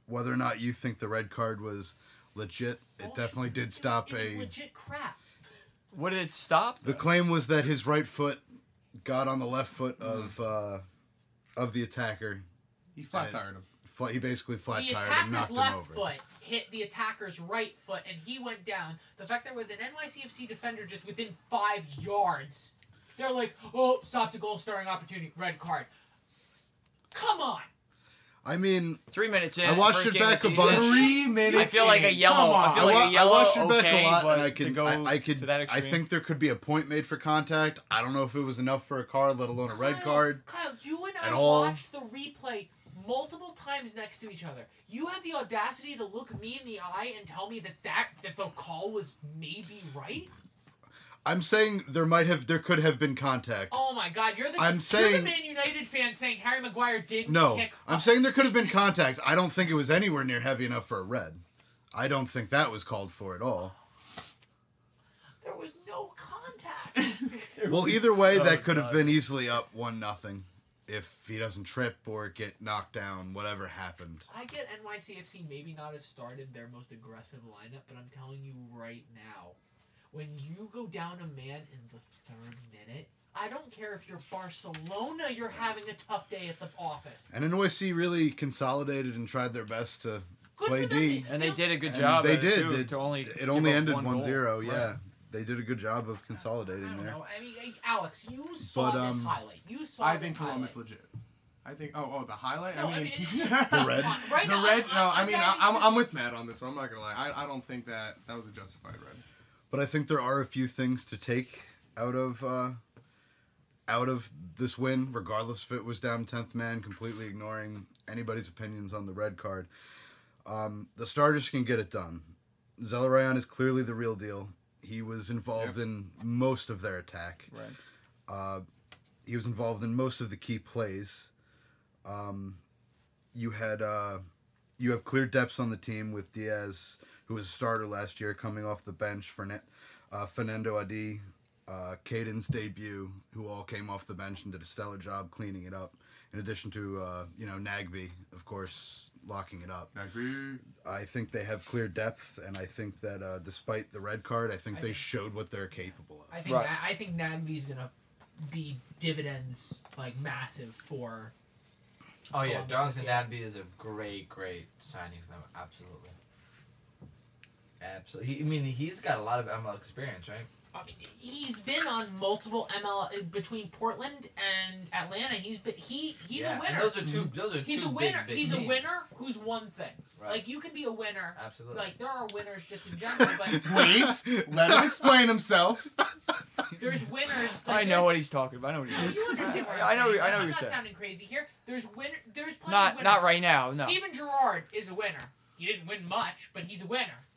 E: whether or not you think the red card was legit, it
A: Bullshit.
E: definitely
A: It
E: did
A: was-
E: stop
A: it was
E: a.
A: Oh, legit crap.
B: What did it stop?
E: The claim was that his right foot got on the left foot of uh,
B: Mm-hmm.
E: of the attacker.
C: He flat
E: Yeah.
C: tired him.
E: Fla- He basically flat
A: the
E: tired and
A: attacker's
E: knocked him
A: left
E: over.
A: foot hit the attacker's right foot, and he went down. The fact there was an NYCFC defender just within five yards, they're like, "Oh, stops a goal-stirring opportunity, red card." Come on,
E: I mean,
B: Three minutes in.
E: I watched
B: first
E: it
B: game of
E: back
B: the
E: a
B: season.
E: bunch.
C: Three minutes.
B: I feel like a
C: in.
B: yellow.
C: Come on.
B: I feel
E: I,
B: like
E: wa-
B: a
E: I
B: yellow.
E: watched it back
B: okay,
E: a lot,
B: but
E: and I
B: to
E: could,
B: go
E: I, I could,
B: to that
E: I
B: extreme.
E: think there could be a point made for contact. I don't know if it was enough for a card, let alone a red
A: Kyle,
E: card.
A: Kyle, you and
E: at
A: I
E: all.
A: watched the replay multiple times next to each other. You have the audacity to look me in the eye and tell me that that that the call was maybe right.
E: I'm saying there might have, there could have been contact.
A: Oh my God, you're the
E: I'm
A: you're
E: saying-
A: the Man United fan saying Harry Maguire didn't
E: No,
A: kick.
E: I'm
A: fu-
E: saying there could have been contact. I don't think it was anywhere near heavy enough for a red. I don't think that was called for at all.
A: there was no contact.
E: Well, either way,
B: Oh,
E: that could have
B: God.
E: been easily up one nothing if he doesn't trip or get knocked down, whatever happened.
A: I get NYCFC maybe not have started their most aggressive lineup, but I'm telling you right now, when you go down a man in the third minute, I don't care if you're Barcelona, you're having a tough day at the office.
E: And NYC really consolidated and tried their best to
A: Good
E: play
A: for them.
E: D.
B: And they did a good
E: And
B: job.
E: They
B: at it,
E: did.
B: too,
E: They-
B: to only
E: it
B: give
E: only
B: up
E: ended
B: one goal.
E: 1 0. Yeah.
B: Right.
E: They did a good job of
A: I
E: consolidating
A: don't
E: there.
A: know. I mean, like, Alex, you saw
E: um,
A: this highlight. You saw
C: I
A: this
C: think
A: highlight.
C: Columbus legit. I think. Oh, oh, the highlight.
A: No,
C: I mean,
E: The red.
A: Right
C: the
A: now,
C: red.
A: I'm- I'm-
C: No, I
A: I'm
C: mean, I,
A: getting
C: I'm,
A: this-
C: I'm with Matt on this one. I'm not gonna lie. I, I don't think that that was a justified red.
E: But I think there are a few things to take out of uh, out of this win, regardless if it was down tenth man, completely ignoring anybody's opinions on the red card. Um, the starters can get it done. Zelarayan is clearly the real deal. He was involved in most of their attack. Uh,
B: Right.
E: He was involved in most of the key plays. Um, you had uh, you have clear depths on the team with Diaz, who was a starter last year, coming off the bench. Fern- uh, Fernando Adi, uh, Caden's debut, who all came off the bench and did a stellar job cleaning it up. In addition to uh, you know Nagby, of course, locking it up.
C: I agree.
E: I think they have clear depth, and I think that uh, despite the red card, I think
A: I
E: they
A: think-
E: showed what they're capable of.
A: I think
B: Right.
A: Na- I think Nagby's gonna be dividends like massive for.
D: Oh yeah,
A: Columbus
D: Darlington
A: this year.
D: Nagby is a great, great signing for them. Absolutely. Absolutely. He, I mean, he's got a lot of ML experience, right?
A: I mean, he's been on multiple ML between Portland and Atlanta. He's been, he he's
D: Yeah,
A: a winner.
D: And those are two. Those are
A: He's
D: two
A: a winner.
D: Big, big
A: he's a
D: names.
A: winner who's won things.
D: Right.
A: Like you can be a winner.
D: Absolutely.
A: Like there are winners just in general, but
C: Wait, let him explain himself.
A: there's winners. Like,
B: I know
A: there's-
B: what he's talking about. I know what he's
A: You understand what I'm
B: I know-
A: saying.
B: I know what
A: I'm
B: you're
A: not
B: saying.
A: sounding crazy here. There's winner. There's plenty of
B: Not
A: winners.
B: not right now. No.
A: Steven Gerrard is a winner. He didn't win much, but he's a winner.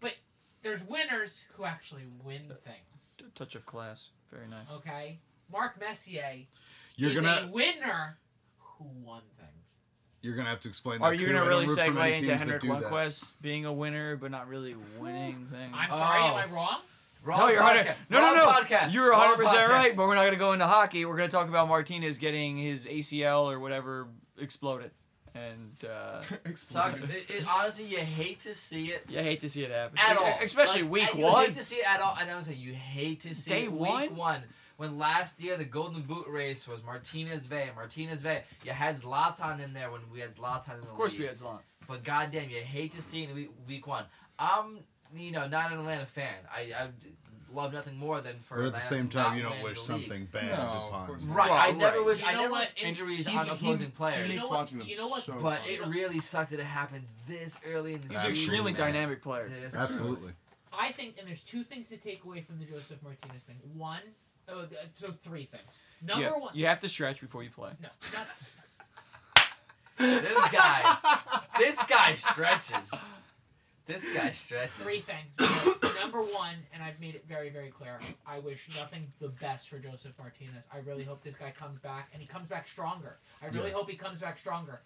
A: But there's winners who actually win things.
B: A Touch of class. Very nice.
A: Okay? Mark Messier
E: You're
A: is a
E: gonna
A: winner who won things.
E: you're gonna have to explain. That
B: Are you
E: too.
B: gonna
E: I don't
B: really
E: root for many
B: segue into
E: teams that
B: Henrik
E: do that.
B: Lundqvist being a winner but not really winning things?
A: I'm sorry,
D: Oh.
A: am I wrong?
D: Wrong
B: no, you're
D: podcast.
B: 100. No, no,
D: Wrong
B: no.
D: Podcast.
B: You're
D: Wrong
B: 100 percent right.
D: podcast.
B: But we're not gonna go into hockey. We're gonna talk about Martinez getting his ACL or whatever exploded, and uh,
D: Sucks. It, it, honestly, you hate to see it
B: you hate to see it happen.
D: at
B: E-
D: all.
B: especially
D: Like,
B: week
D: I- You
B: one.
D: hate to see it at all. And I was like, you hate to see
B: Day
D: it
B: one?
D: week one. When last year the Golden Boot race was Martinez Vey, Martinez Vey. You had Zlatan in there when we had Zlatan in the
B: Of course, we
D: league.
B: had Zlatan.
D: But goddamn, you hate to see it in week, week one. I'm, you know, not an Atlanta fan. I, I love nothing more than for.
E: But at
D: Atlanta
E: the same
D: to
E: time,
D: not
E: you don't
D: win
E: wish
D: the league.
E: something bad
C: No, of
E: upon.
C: course
E: them.
D: Right, I
B: Well,
D: never
B: right.
D: wish.
A: You
D: I
A: know
D: never wish
A: what?
D: injuries
A: He-
D: on
A: he-
D: opposing players.
A: You
C: He's
A: know what-
C: watching them
A: you know what?
C: so
D: But
C: much.
D: it really sucked that it happened this early in the
B: He's
D: season.
B: an extremely
D: man.
B: dynamic player.
D: This-
E: Absolutely.
A: I think, and there's two things to take away from the Joseph Martinez thing. One, oh, th- so three things. Number
B: Yeah,
A: one.
B: you have to stretch before you play.
A: No, not.
D: This guy, this guy stretches. This guy stretches.
A: three things. So, number one, and I've made it very, very clear, I wish nothing the best for Joseph Martinez. I really hope this guy comes back and he comes back stronger. I really
E: Yeah.
A: hope he comes back stronger.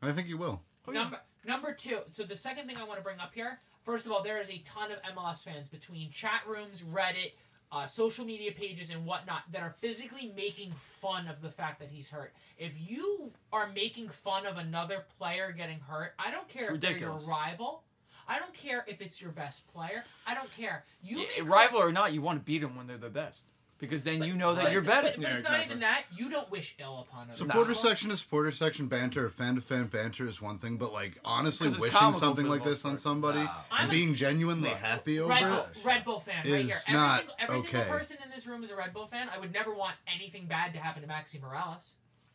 E: And I think you will.
B: Oh,
A: number number two. So the second thing I want to bring up here, first of all, there is a ton of MLS fans between chat rooms, Reddit, uh, social media pages, and whatnot that are physically making fun of the fact that he's hurt. If you are making fun of another player getting hurt, I don't care
B: It's
A: if they're your
B: ridiculous.
A: rival. I don't care if it's your best player. I don't care. You
B: Yeah,
A: make fun-
B: rival or not, you want to beat them when they're the best because then you know that
D: Right.
B: you're
A: But,
B: better.
A: but
C: Yeah,
A: it's not
C: exactly.
A: even that. You don't wish ill upon other
E: Supporter
A: people.
E: section to supporter section banter, or fan to fan banter is one thing, but like honestly
B: 'Cause it's
E: wishing
B: comical
E: something
B: for the
E: like this
B: most
E: on
B: part.
E: somebody
D: Nah.
E: and
A: I'm a-
E: being genuinely
B: Right.
E: happy over
A: Red
E: it.
A: Bull,
D: Bullshit.
A: Red Bull fan right here.
E: Is
A: Every,
E: not
A: single, every single
E: okay.
A: person in this room is a Red Bull fan. I would never want anything bad to happen to Maxi Morales.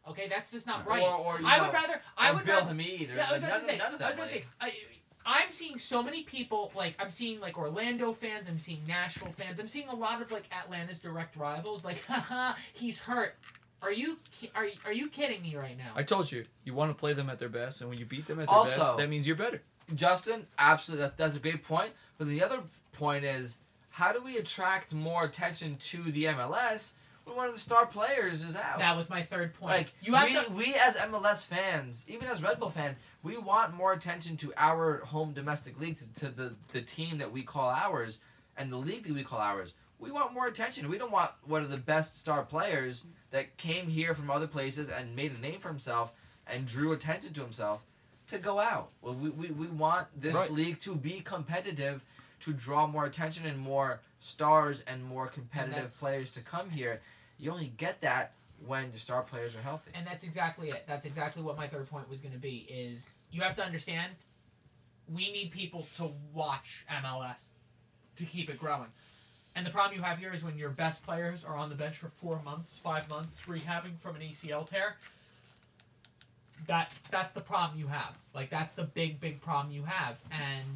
A: Okay, that's just not
D: Or-
A: right.
D: or, you
A: I
D: know,
A: would rather. I
D: I
A: would
D: Bill
A: rather.
D: Hamid. Or,
A: Yeah, I was about
D: none,
A: to say.
D: none of that.
A: I was about to
D: like-
A: say. I, I'm seeing so many people like I'm seeing like Orlando fans. I'm seeing Nashville fans. I'm seeing a lot of like Atlanta's direct rivals. Like, haha, he's hurt. Are you ki- are you- are you kidding me right now?
B: I told you, you want to play them at their best, and when you beat them at their
D: their Also-
B: best,
D: best,
B: that
D: that
B: means you're better.
D: Justin, absolutely. That's, that's a great point. But the other point is, how do we attract more attention to the MLS when one of the star players is out?
A: that was my third point.
D: like
A: you have
D: we,
A: to.
D: we as MLS fans, even as Red Bull fans, we want more attention to our home domestic league, to, to the, the team that we call ours, and the league that we call ours. we want more attention. We don't want one of the best star players that came here from other places and made a name for himself and drew attention to himself to go out. Well, we, we, we want this
B: Right.
D: league to be competitive to draw more attention and more stars and more competitive
A: that's-
D: players to come here. You only get that when your star players are healthy.
A: and that's exactly it. That's exactly what my third point was going to be. Is you have to understand, we need people to watch MLS to keep it growing. And the problem you have here is when your best players are on the bench for four months, five months, rehabbing from an ECL tear. That that's the problem you have. Like that's the big, big problem you have, and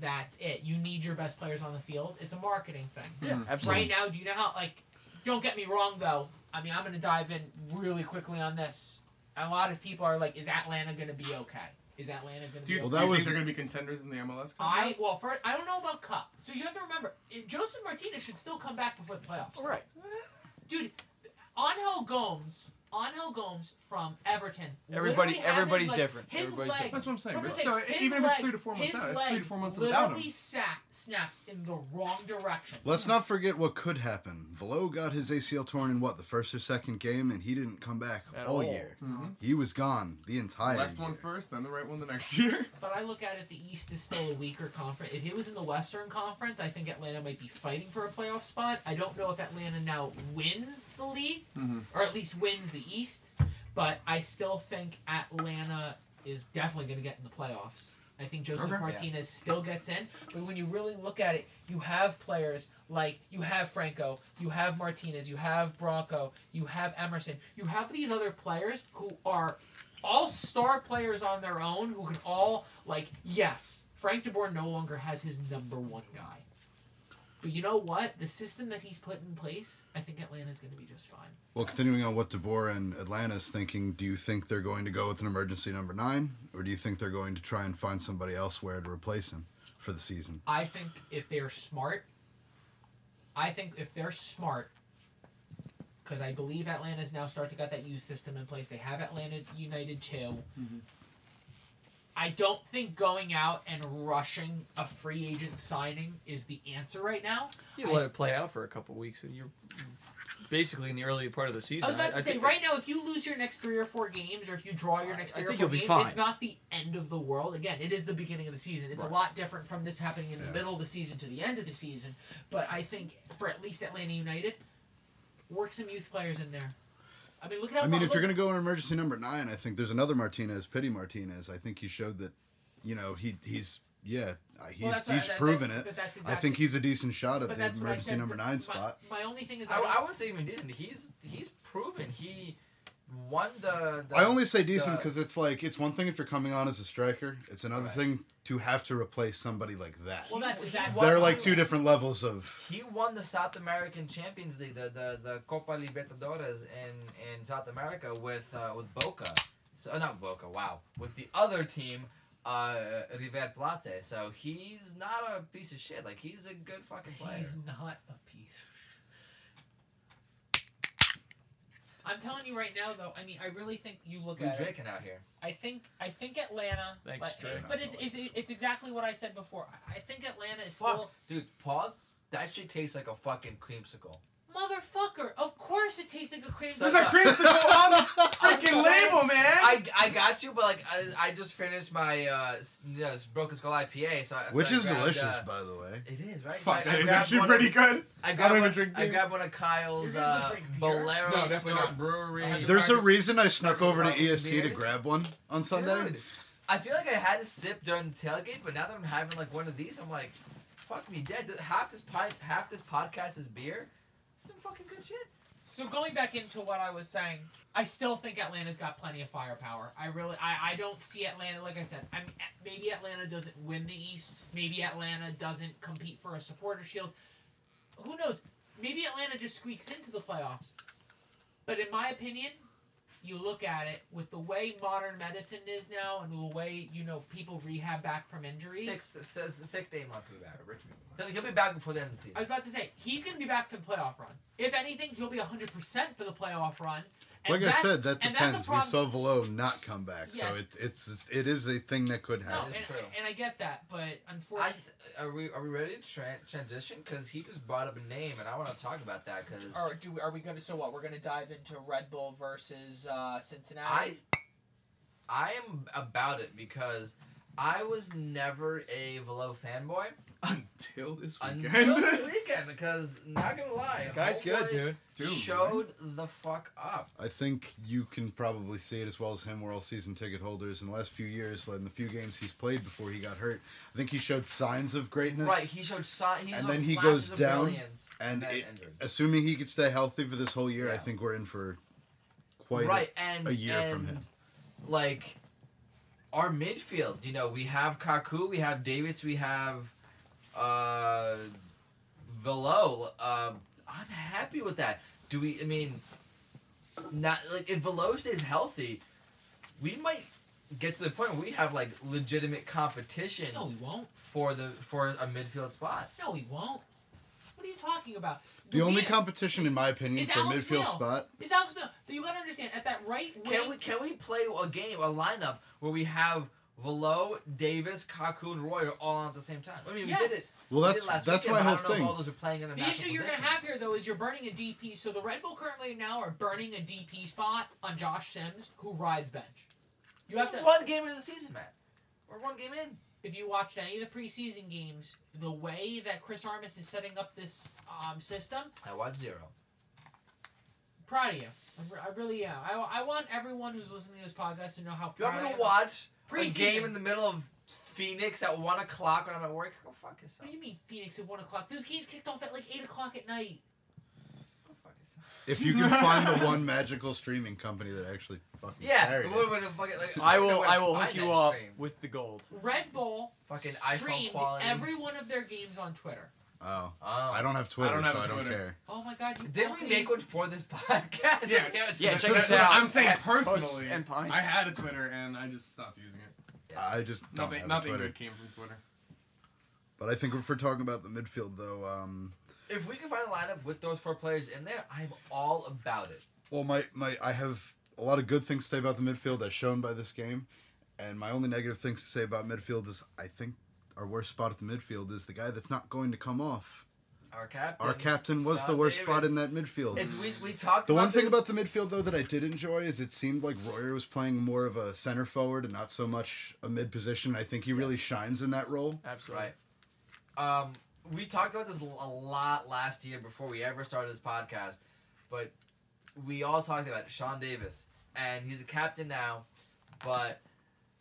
A: that's it. You need your best players on the field. It's a marketing thing.
E: Hmm.
B: Yeah,
A: Right now, do you know how? Like, don't get me wrong though. I mean, I'm gonna dive in really quickly on this. A lot of people are like, "Is Atlanta gonna be okay? Is Atlanta gonna
C: Do you,
A: be
E: Well,
A: okay?"
E: that
C: do you
E: was-
C: think they're going to be contenders in the MLS? Cup?
A: I well, for I don't know about Cup, so you have to remember, eh, Joseph Martinez should still come back before the playoffs.
B: All right.
A: dude. Angel Gomes, Angel Gomes from Everton.
B: Everybody-
A: literally had his
B: everybody's
A: leg-
B: different.
A: His
B: Everybody's
A: leg,
B: different.
C: That's what I'm saying.
A: Remember
C: But
A: to
C: still,
A: say, his
C: even if it's
A: leg-
C: three to four months
A: his
C: out, it's three
A: leg
C: to four months without
A: Literally
C: him.
A: sat, snapped in the wrong direction.
E: Let's not forget what could happen. Velo got his ACL torn in what the first or second game, and he didn't come back
B: At
E: all
B: all.
E: year.
A: Mm-hmm.
E: He was gone the entire
C: Left
E: year.
C: one first, then the right one the next year.
A: But I look at it, the East is still a weaker conference. If it was in the Western Conference, I think Atlanta might be fighting for a playoff spot. I don't know if Atlanta now wins the league, or at least wins the East, but I still think Atlanta is definitely going to get in the playoffs. I think Joseph
C: Okay.
A: Martinez still gets in, but when you really look at it, you have players like you have Franco, you have Martinez, you have Bronco, you have Emerson, you have these other players who are all star players on their own who can all like yes frank de boer no longer has his number one guy but you know what the system that he's put in place i think atlanta's going to be just fine
E: Well, continuing on what DeBoer and Atlanta's thinking, do you think they're going to go with an emergency number nine, or do you think they're going to try and find somebody elsewhere to replace him for the season?
A: i think if they're smart i think if they're smart because i believe atlanta's now starting to got that youth system in place they have atlanta united too i don't think going out and rushing a free agent signing is the answer right now
B: You let it play out for a couple weeks, and you're basically in the early part of the season.
A: I was about to say,
B: think-
A: right now, if you lose your next three or four games, or if you draw your next
B: I
A: three or
B: think
A: four
B: you'll be
A: games, it's
B: fine.
A: not the end of the world. Again, it is the beginning of the season. It's
B: Right.
A: a lot different from this happening in the
E: Yeah.
A: middle of the season to the end of the season. But I think for at least Atlanta United, work some youth players in there. I mean, look at how.
E: I mean,
A: long-
E: if you're
A: look-
E: going to go an emergency number nine, I think there's another Martinez, Pity Martinez. I think he showed that, you know, he he's yeah, uh, he's
A: that's what I-
E: he's
A: that-
E: proven
A: that's-
E: it.
A: but that's
E: I think
A: exactly-
E: he's a decent shot at
A: but
E: the
A: that's what I
E: emergency
A: said,
E: number
A: but
E: nine
A: my-
E: spot.
A: My only thing is, I,
D: I, I
A: don't-
D: wouldn't say even decent. He's he's proven he won the. the
E: I only say decent
D: the-
E: because it's like it's one thing if you're coming on as a striker. It's another
D: Right.
E: thing to have to replace somebody like that.
A: Well, that's
D: he
A: exactly-
D: won-
E: They're
D: he
E: like two
D: won-
E: different levels of.
D: He won the South American Champions League, the the, the Copa Libertadores in, in South America with uh, with Boca. So uh, not Boca, wow, with the other team, uh, River Plate. So he's not a piece of shit. Like he's a good fucking player.
A: he's not a piece. of sh- I'm telling you right now, though. I mean, I really think you look
D: we
A: at it.
D: drinking out here.
A: I think I think Atlanta.
B: Thanks,
A: but,
B: Drake.
A: But it's, it's it's exactly what I said before. I- I think Atlanta is
D: Fuck,
A: still
D: dude, pause. That shit tastes like a fucking creamsicle.
A: motherfucker. Of course, it tastes like a cream.
D: So
C: There's a
D: not-
C: creamsicle on the
D: I'm
C: freaking
D: saying-
C: label, man.
D: I, I got you, but like I, I just finished my uh, s- you know, Broken Skull IPA, so I, so
E: Which
D: I
E: is
D: grabbed,
E: delicious,
D: uh,
E: by the way.
D: It is right.
C: Fuck,
D: so I, I
C: that is
D: grabbed
C: actually
D: one
C: pretty
D: Of,
C: good.
D: I
C: I
D: grabbed
C: don't
D: one,
C: even drink
D: I
C: beer.
D: grabbed one of Kyle's
A: You're gonna
D: uh,
A: drink beer?
D: Bolero
C: No, definitely
D: Snort
C: not.
D: Brewery.
A: Uh,
E: There's a reason I snuck over to
D: Fucking
E: ESC to
D: beers?
E: grab one on Sunday.
D: Dude, I feel like I had a sip during the tailgate, but now that I'm having like one of these, I'm like, fuck me dead. Th- Half this pod, half this podcast is beer. Some fucking good shit.
A: So going back into what I was saying, I still think Atlanta's got plenty of firepower. I really, I, I don't see Atlanta. Like I said, I mean, a- maybe Atlanta doesn't win the East. Maybe Atlanta doesn't compete for a supporter shield. Who knows? Maybe Atlanta just squeaks into the playoffs. But in my opinion, you look at it with the way modern medicine is now, and the way you know people rehab back from injuries.
D: Six, to- six, six to eight months we'll be back. Richmond. He'll, he'll be back before the end of the season.
A: I was about to say he's going to be back for the playoff run. If anything, he'll be hundred percent for the playoff run, And
E: Like I
A: that's-
E: said, that
A: and that's a
E: depends. We
A: problem-
E: saw Velo not come back,
A: Yes.
E: so it, it's it is a thing that could
A: No,
E: happen.
A: and,
D: It's true.
A: and I get that, but
D: I
A: unfortunately,
D: th- are we are we ready to tran transition? Because he just brought up a name, and I want to talk about that. Because
A: are, do we, are we gonna? So what? We're gonna dive into Red Bull versus uh, Cincinnati.
D: I I am about it because I was never a Velo fanboy
C: Until this weekend.
D: until this weekend. Because not gonna lie,
B: Guy's good,
D: Homeboy
B: dude.
C: Dude,
D: Showed the fuck up.
E: I think you can probably see it as well as him. We're all season ticket holders. In the last few years, in the few games he's played before he got hurt, I think he showed signs of greatness.
D: Right, he showed sign. He
E: And
D: showed
E: then he
D: flashes
E: goes
D: of
E: down,
D: brilliance,
E: and
D: then
E: it-
D: injured.
E: assuming he could stay healthy for this whole year, I
D: Yeah.
E: think we're in for quite
D: right,
E: a,
D: and
E: a year
D: and,
E: from him.
D: Like our midfield, you know, we have Kaku, we have Davis, we have uh Velo. Uh, I'm happy with that. Do we? I mean, not like if Velo stays healthy, we might get to the point where we have like legitimate competition
A: no, we won't.
D: for the for a midfield spot.
A: No, we won't. What are you talking about?
E: The only
A: Man,
E: competition, in my opinion,
A: Is
E: for
A: Alex
E: midfield
A: Will.
E: spot.
A: is Alex Mill. You gotta understand at that right wing.
D: Can we can we play a game, a lineup where we have Velo, Davis, Kaku, and Roy all at the same time? I mean, we
A: Yes.
D: did it.
E: Well,
D: we
E: that's
D: did it last
E: that's
D: weekend,
E: my
D: but
E: whole
D: I don't know
E: thing.
D: if all those are playing in the
A: The
D: natural
A: issue you're going to have
D: positions.
A: here, though, is you're burning a DP. So the Red Bull currently now are burning a DP spot on Josh Sims, who rides bench. You have to.
D: one game into the season, Matt. We're one game in.
A: If you watched any of the preseason games, the way that Chris Armis is setting up this um, system,
D: I watched zero.
A: proud of you. I'm re- I really am. I, I want everyone who's listening to this podcast to know how
D: You
A: proud
D: want
A: I
D: me
A: am.
D: to watch
A: Preseason.
D: a game in the middle of Phoenix at one o'clock when I'm at work? Go fuck
A: What
D: yourself.
A: do you mean Phoenix at one o'clock? Those games kicked off at like eight o'clock at night.
D: Go fuck yourself.
E: If you can find the one magical streaming company that actually fucking
D: Yeah,
E: carried
D: but
E: it.
D: what would have fucking like?
B: I
D: don't know
B: will.
D: where to
B: I will
D: find
B: hook you
D: that
B: up
D: stream.
B: with the gold.
A: Red Bull
D: Fucking iPhone
A: streamed
D: quality.
A: every one of their games on Twitter.
E: Oh,
D: Oh.
E: I don't have Twitter,
C: have
E: so
C: a
E: I don't
C: Twitter.
E: care.
A: Oh my god! You
D: Did
A: all
D: we
A: hate-
D: make one for this podcast?
C: Yeah.
B: Yeah, check us
C: That's what
B: out.
C: I'm saying
B: at Posts
C: personally.
B: and Pints.
C: I had a Twitter and I just stopped using it.
E: I just don't
C: Nothing,
E: have a
C: nothing
E: Twitter.
C: good came from Twitter.
E: But I think if we're talking about the midfield, though, um,
D: If we can find a lineup with those four players in there, I'm all about it.
E: well, my, my I have a lot of good things to say about the midfield as shown by this game, and my only negative things to say about midfield is I think our worst spot at the midfield is the guy that's not going to come off.
D: Our captain.
E: Our captain was the
D: Sam
E: worst spot
D: Davis.
E: in that midfield.
D: It's we we talked.
E: The
D: about
E: one thing
D: this-
E: about the midfield though that I did enjoy is it seemed like Royer was playing more of a center forward and not so much a mid position. I think he really shines in that role.
B: Absolutely.
D: right. Um, we talked about this a lot last year before we ever started this podcast, but we all talked about it. Sean Davis, and he's the captain now, but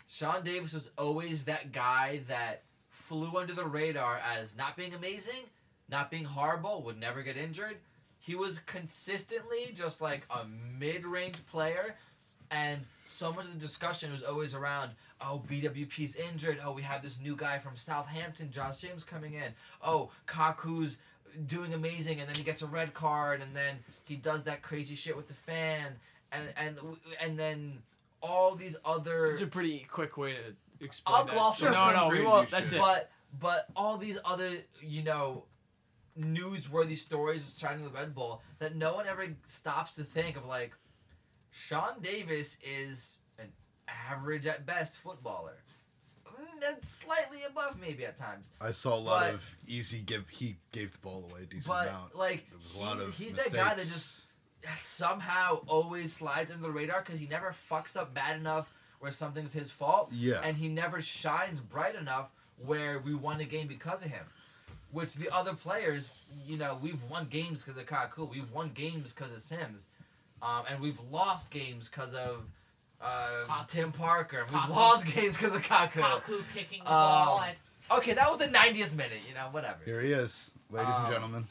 D: Sean Davis was always that guy that flew under the radar as not being amazing, not being horrible, would never get injured. He was consistently just like a mid-range player, and so much of the discussion was always around, oh, BWP's injured. Oh, we have this new guy from Southampton, Josh James, coming in. Oh, Kaku's doing amazing, and then he gets a red card, and then he does that crazy shit with the fan, and and and then all these other
B: It's a pretty quick way to explain.
D: I'll
B: that.
D: gloss
B: So-
D: over
B: No,
D: some
B: no, we
C: crazy
B: won't.
C: shit.
B: That's it.
D: but but all these other you know newsworthy stories surrounding the Red Bull that no one ever stops to think of like Sean Davis is an average at best footballer. Mm, That's slightly above maybe at times.
E: I saw a lot
D: But-
E: of easy give. He gave the ball away a decent
D: But
E: amount.
D: like
E: There was a
D: he,
E: lot of
D: he's that guy that
E: mistakes.
D: just somehow always slides under the radar because he never fucks up bad enough where something's his fault.
E: Yeah.
D: And he never shines bright enough where we won a game because of him. Which the other players, you know, we've won games because of Kaku. We've won games because of Sims. Um, and we've lost games because of uh,
A: Kaku.
D: Tim Parker. We've
A: Kaku.
D: lost games because of Kaku.
A: Kaku kicking the
D: Um,
A: ball at
D: Okay, that was the 90th minute, you know, whatever.
E: Here he is, ladies
D: Um,
E: and gentlemen.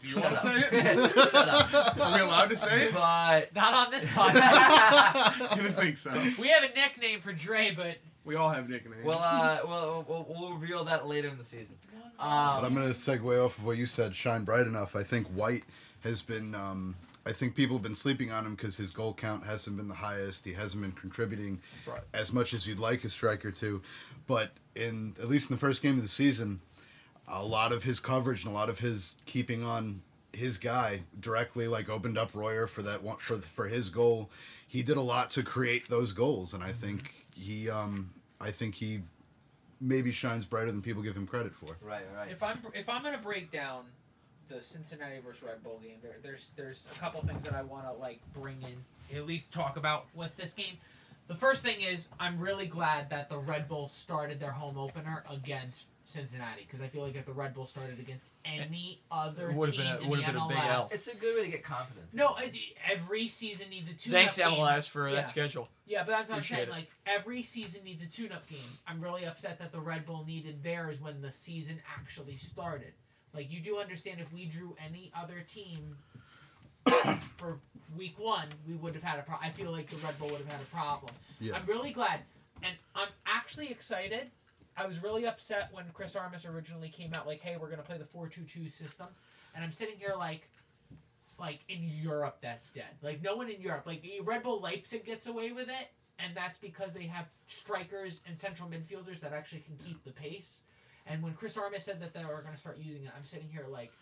C: Do you want to say
D: Shut
C: it?
D: Shut up.
C: Are we allowed to say it?
D: But
A: Not on this podcast.
C: Didn't think so.
A: we have a nickname for Dre, but
C: We all have nicknames.
D: Well, uh, we'll, we'll, we'll reveal that later in the season.
E: But
D: Um,
E: I'm going to segue off of what you said. Shine bright enough. I think White has been. Um, I think people have been sleeping on him because his goal count hasn't been the highest. He hasn't been contributing
B: Right.
E: as much as you'd like a striker to. But in at least in the first game of the season, a lot of his coverage and a lot of his keeping on his guy directly like opened up Royer for that one for for his goal. He did a lot to create those goals, and I think he um I think he maybe shines brighter than people give him credit for.
D: Right, right.
A: If I'm if I'm gonna break down the Cincinnati versus Red Bull game, there, there's there's a couple things that I want to like bring in, at least talk about with this game. The first thing is I'm really glad that the Red Bull started their home opener against Cincinnati because I feel like if the Red Bull started against any other
B: It would've
A: team
B: been a-
A: in the
B: would've been a
A: MLS,
B: big L.
D: It's a good way to get confidence.
A: no, I- every season needs a two.
B: Thanks,
A: game.
B: MLS, for
A: Yeah.
B: that schedule.
A: Yeah, but that's what I'm saying.
B: Appreciate it.
A: Like every season needs a tune-up game. I'm really upset that the Red Bull needed theirs when the season actually started. Like you do understand if we drew any other team for week one, we would have had a problem. I feel like the Red Bull would have had a problem.
E: Yeah.
A: I'm really glad, and I'm actually excited. I was really upset when Chris Armas originally came out like, "Hey, we're gonna play the four-two-two system," and I'm sitting here like, like in Europe, that's dead. Like no one in Europe, like Red Bull Leipzig gets away with it, and that's because they have strikers and central midfielders that actually can keep the pace. And when Chris Armas said that they were gonna start using it, I'm sitting here like,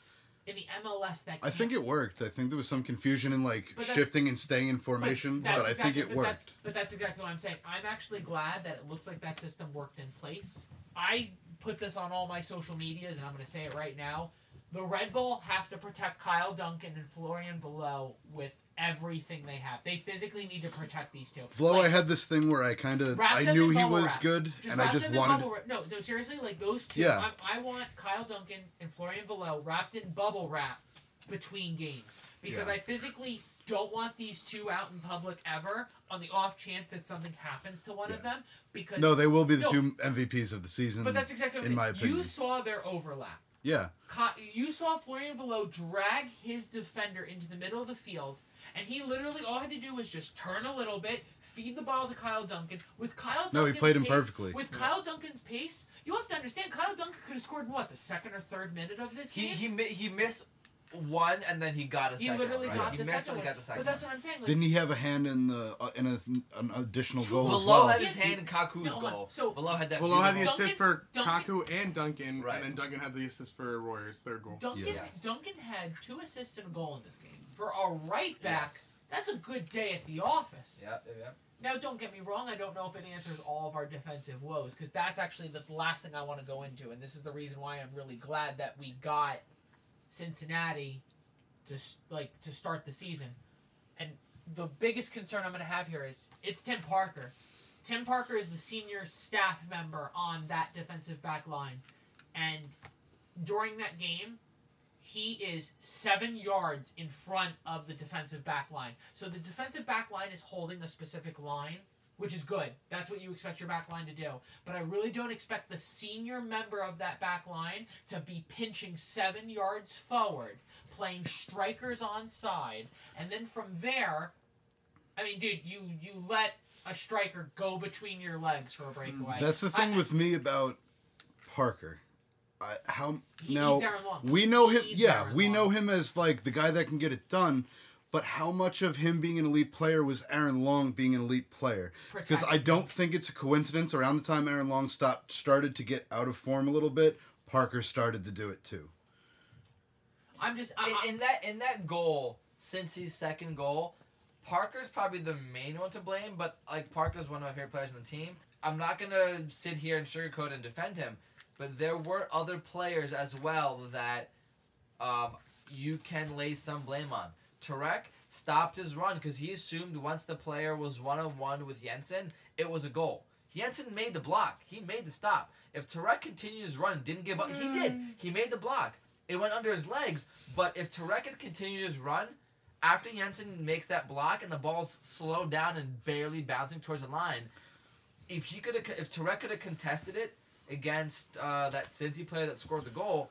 A: in the MLS that
E: I think
A: can't-
E: it worked. I think there was some confusion in like
A: But that's-
E: shifting and staying in
A: but
E: formation, but,
A: that's
E: I
A: exactly-
E: think it
A: but
E: worked.
A: That's, but that's exactly what I'm saying. I'm actually glad that it looks like that system worked in place. I put this on all my social medias, and I'm going to say it right now. The Red Bull have to protect Kyle Duncan and Florian Velo with everything they have. They physically need to protect these two.
E: Vlo,
A: Like,
E: I had this thing where I kind of
A: wrap
E: I
A: them
E: knew
A: in
E: he
A: bubble
E: was
A: wrap.
E: good, and
A: wrap
E: I
A: them
E: just
A: in
E: wanted.
A: bubble wrap. No, no, seriously, like those two.
E: Yeah.
A: I, I want Kyle Duncan and Florian Velo wrapped in bubble wrap between games because
E: Yeah.
A: I physically don't want these two out in public ever on the off chance that something happens to one of them because
E: No, they will be the
A: No.
E: two MVPs of the season.
A: but that's exactly what
E: in my
A: I'm saying.
E: opinion.
A: you saw their overlap.
E: yeah,
A: Ca- You saw Florian Velo drag his defender into the middle of the field, and he literally all had to do was just turn a little bit, feed the ball to Kyle Duncan. With Kyle Duncan's
E: No, he played him
A: pace-
E: perfectly.
A: With Kyle Duncan's pace, you have to understand Kyle Duncan could have scored what the second or third minute of this
D: He
A: game.
D: he mi- he missed one and then he got a
A: He
D: second.
A: literally
D: right?
A: got
D: he
A: the
D: missed
A: second
D: one.
A: one.
D: He got the second.
A: but that's what I'm saying. Like,
E: didn't he have a hand in the uh, in a, an additional
D: one.
E: goal as
D: Velo
E: well?
D: had his
A: Yeah,
D: hand in Kaku's
A: no, hold
D: goal.
A: on. So-
D: Velo had that.
C: Below had the
A: Duncan-
D: beautiful-
C: assist for
A: Duncan-
C: Kaku and Duncan,
D: Right.
C: and then Duncan had the assist for Royers third goal.
A: Duncan,
D: Yes.
A: Duncan had two assists and a goal in this game for a right back.
D: Yes.
A: That's a good day at the office.
D: Yep, yep, yep.
A: Now, don't get me wrong. I don't know if it answers all of our defensive woes because that's actually the last thing I want to go into, and this is the reason why I'm really glad that we got Cincinnati to s- like to start the season. And the biggest concern I'm going to have here is it's Tim Parker. Tim Parker is the senior staff member on that defensive back line, and during that game, he is seven yards in front of the defensive back line. So the defensive back line is holding a specific line, which is good. That's what you expect your back line to do. But I really don't expect the senior member of that back line to be pinching seven yards forward, playing strikers on side, and then from there, I mean, dude, you you let a striker go between your legs for a breakaway.
E: That's the thing
A: I-
E: with me about Parker. I, how
A: He
E: now
A: needs Aaron Long.
E: we know
A: He
E: him?
A: needs
E: Yeah,
A: Aaron
E: we
A: Long.
E: know him as like the guy that can get it done. But how much of him being an elite player was Aaron Long being an elite player? Because I
A: Protect.
E: don't think it's a coincidence. Around the time Aaron Long stopped, started to get out of form a little bit, Parker started to do it too.
A: I'm just I, I-
D: In, in that in that goal, since his second goal, Parker's probably the main one to blame. But like Parker's one of my favorite players on the team. I'm not gonna sit here and sugarcoat and defend him, but there were other players as well that um, you can lay some blame on. Tarek stopped his run because he assumed once the player was one on one with Jensen, it was a goal. Jensen made the block. He made the stop. If Tarek continued his run, didn't give up, he did. He made the block. It went under his legs. But if Tarek had continued his run, after Jensen makes that block and the ball's slowed down and barely bouncing towards the line, if he could have, if Tarek could have contested it against uh, that Cincy player that scored the goal,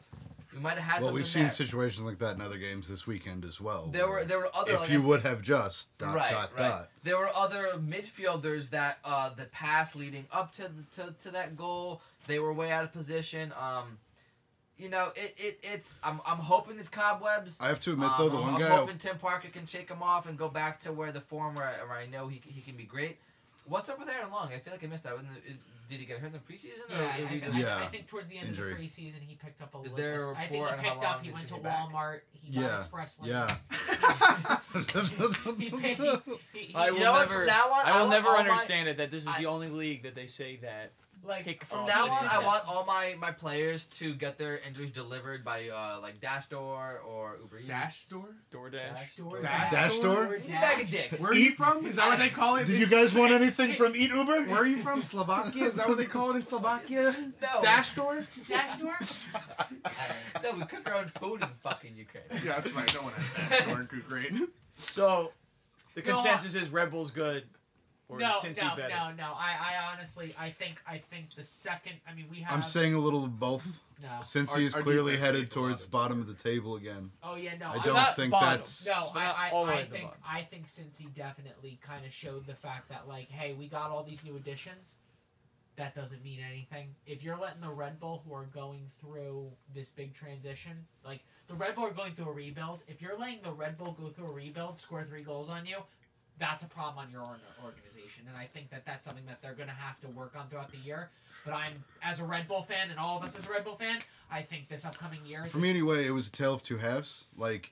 D: we might have had
E: Well,
D: something
E: we've seen
D: there.
E: situations like that in other games this weekend as well.
D: There
E: where
D: were there were other
E: if
D: like,
E: you
D: I-
E: would have just dot
D: right
E: dot
D: right.
E: dot.
D: There were other midfielders that uh, the pass leading up to, the, to to that goal they were way out of position. Um, you know it, it it's I'm, I'm hoping it's cobwebs.
E: I have to admit
D: Um,
E: though, the
D: I'm-
E: one
D: I'm
E: guy
D: hoping Tim Parker can shake them off and go back to where the form where, where I know he, he can be great. What's up with Aaron Long? I feel like I missed that. Wasn't it- it- Did he get hurt in the preseason? Or
A: Yeah, I,
D: did we
A: I,
D: just,
E: Yeah.
A: I think towards the end
E: Injury.
A: of the preseason he picked up a
D: Is
A: little.
D: there a
A: I think
D: report
A: he
D: on how
A: picked up.
D: long
A: He
D: he's
A: went to
D: gonna be back?
A: Walmart. He got
E: Yeah.
A: Express Lane.
E: Yeah.
A: he picked. He, he,
B: I
A: he,
B: will
D: You know what,
B: never.
D: from now
B: I
D: on, I
B: will
D: want
B: never
D: all my-
B: understand it. That this is
D: I-
B: the only league that they say that.
A: like
B: Pick
D: From
B: Oh,
D: now
B: dude,
D: on,
B: is
D: I
B: that-
D: want all my, my players to get their injuries delivered by uh, like Dashdor or Uber Eats.
C: Dash door?
B: DoorDash.
A: door,
C: Dash
E: door?
D: He's a bag of dicks.
C: Where are you from? Is that what they call it?
E: Did you
C: It's-
E: guys want anything from Eat Uber?
C: Where are you from? Slovakia? Is that what they call it in Slovakia?
D: No.
C: Dash door?
A: Dash door.
D: no, we cook our own food in fucking Ukraine.
C: Yeah, that's right. Don't want to dash door in Ukraine.
B: So, the
A: No,
B: consensus is Red Bull's good, or
A: no,
B: Cincy
A: no,
B: better.
A: no, no. I, I honestly, I think, I think the second. I mean, we have.
E: I'm saying a little of both.
A: no.
E: Since
C: Our-
E: he is
C: our
E: clearly
C: defense
E: headed
C: needs a lot
E: towards
C: of
E: bottom of the table again,
A: Oh yeah, no.
E: I
A: I'm
E: don't
A: not-
E: think
B: bottom.
E: that's.
A: No,
B: But
A: I, I,
B: all the way
A: I
B: at the
A: think
B: bottom.
A: I think since he definitely kind of showed the fact that like, hey, we got all these new additions. That doesn't mean anything. If you're letting the Red Bull who are going through this big transition, like the Red Bull are going through a rebuild, if you're letting the Red Bull go through a rebuild, score three goals on you, that's a problem on your own organization. And I think that that's something that they're going to have to work on throughout the year. But I'm, as a Red Bull fan, and all of us as a Red Bull fan, I think this upcoming year.
E: For me, anyway, it was a tale of two halves. Like,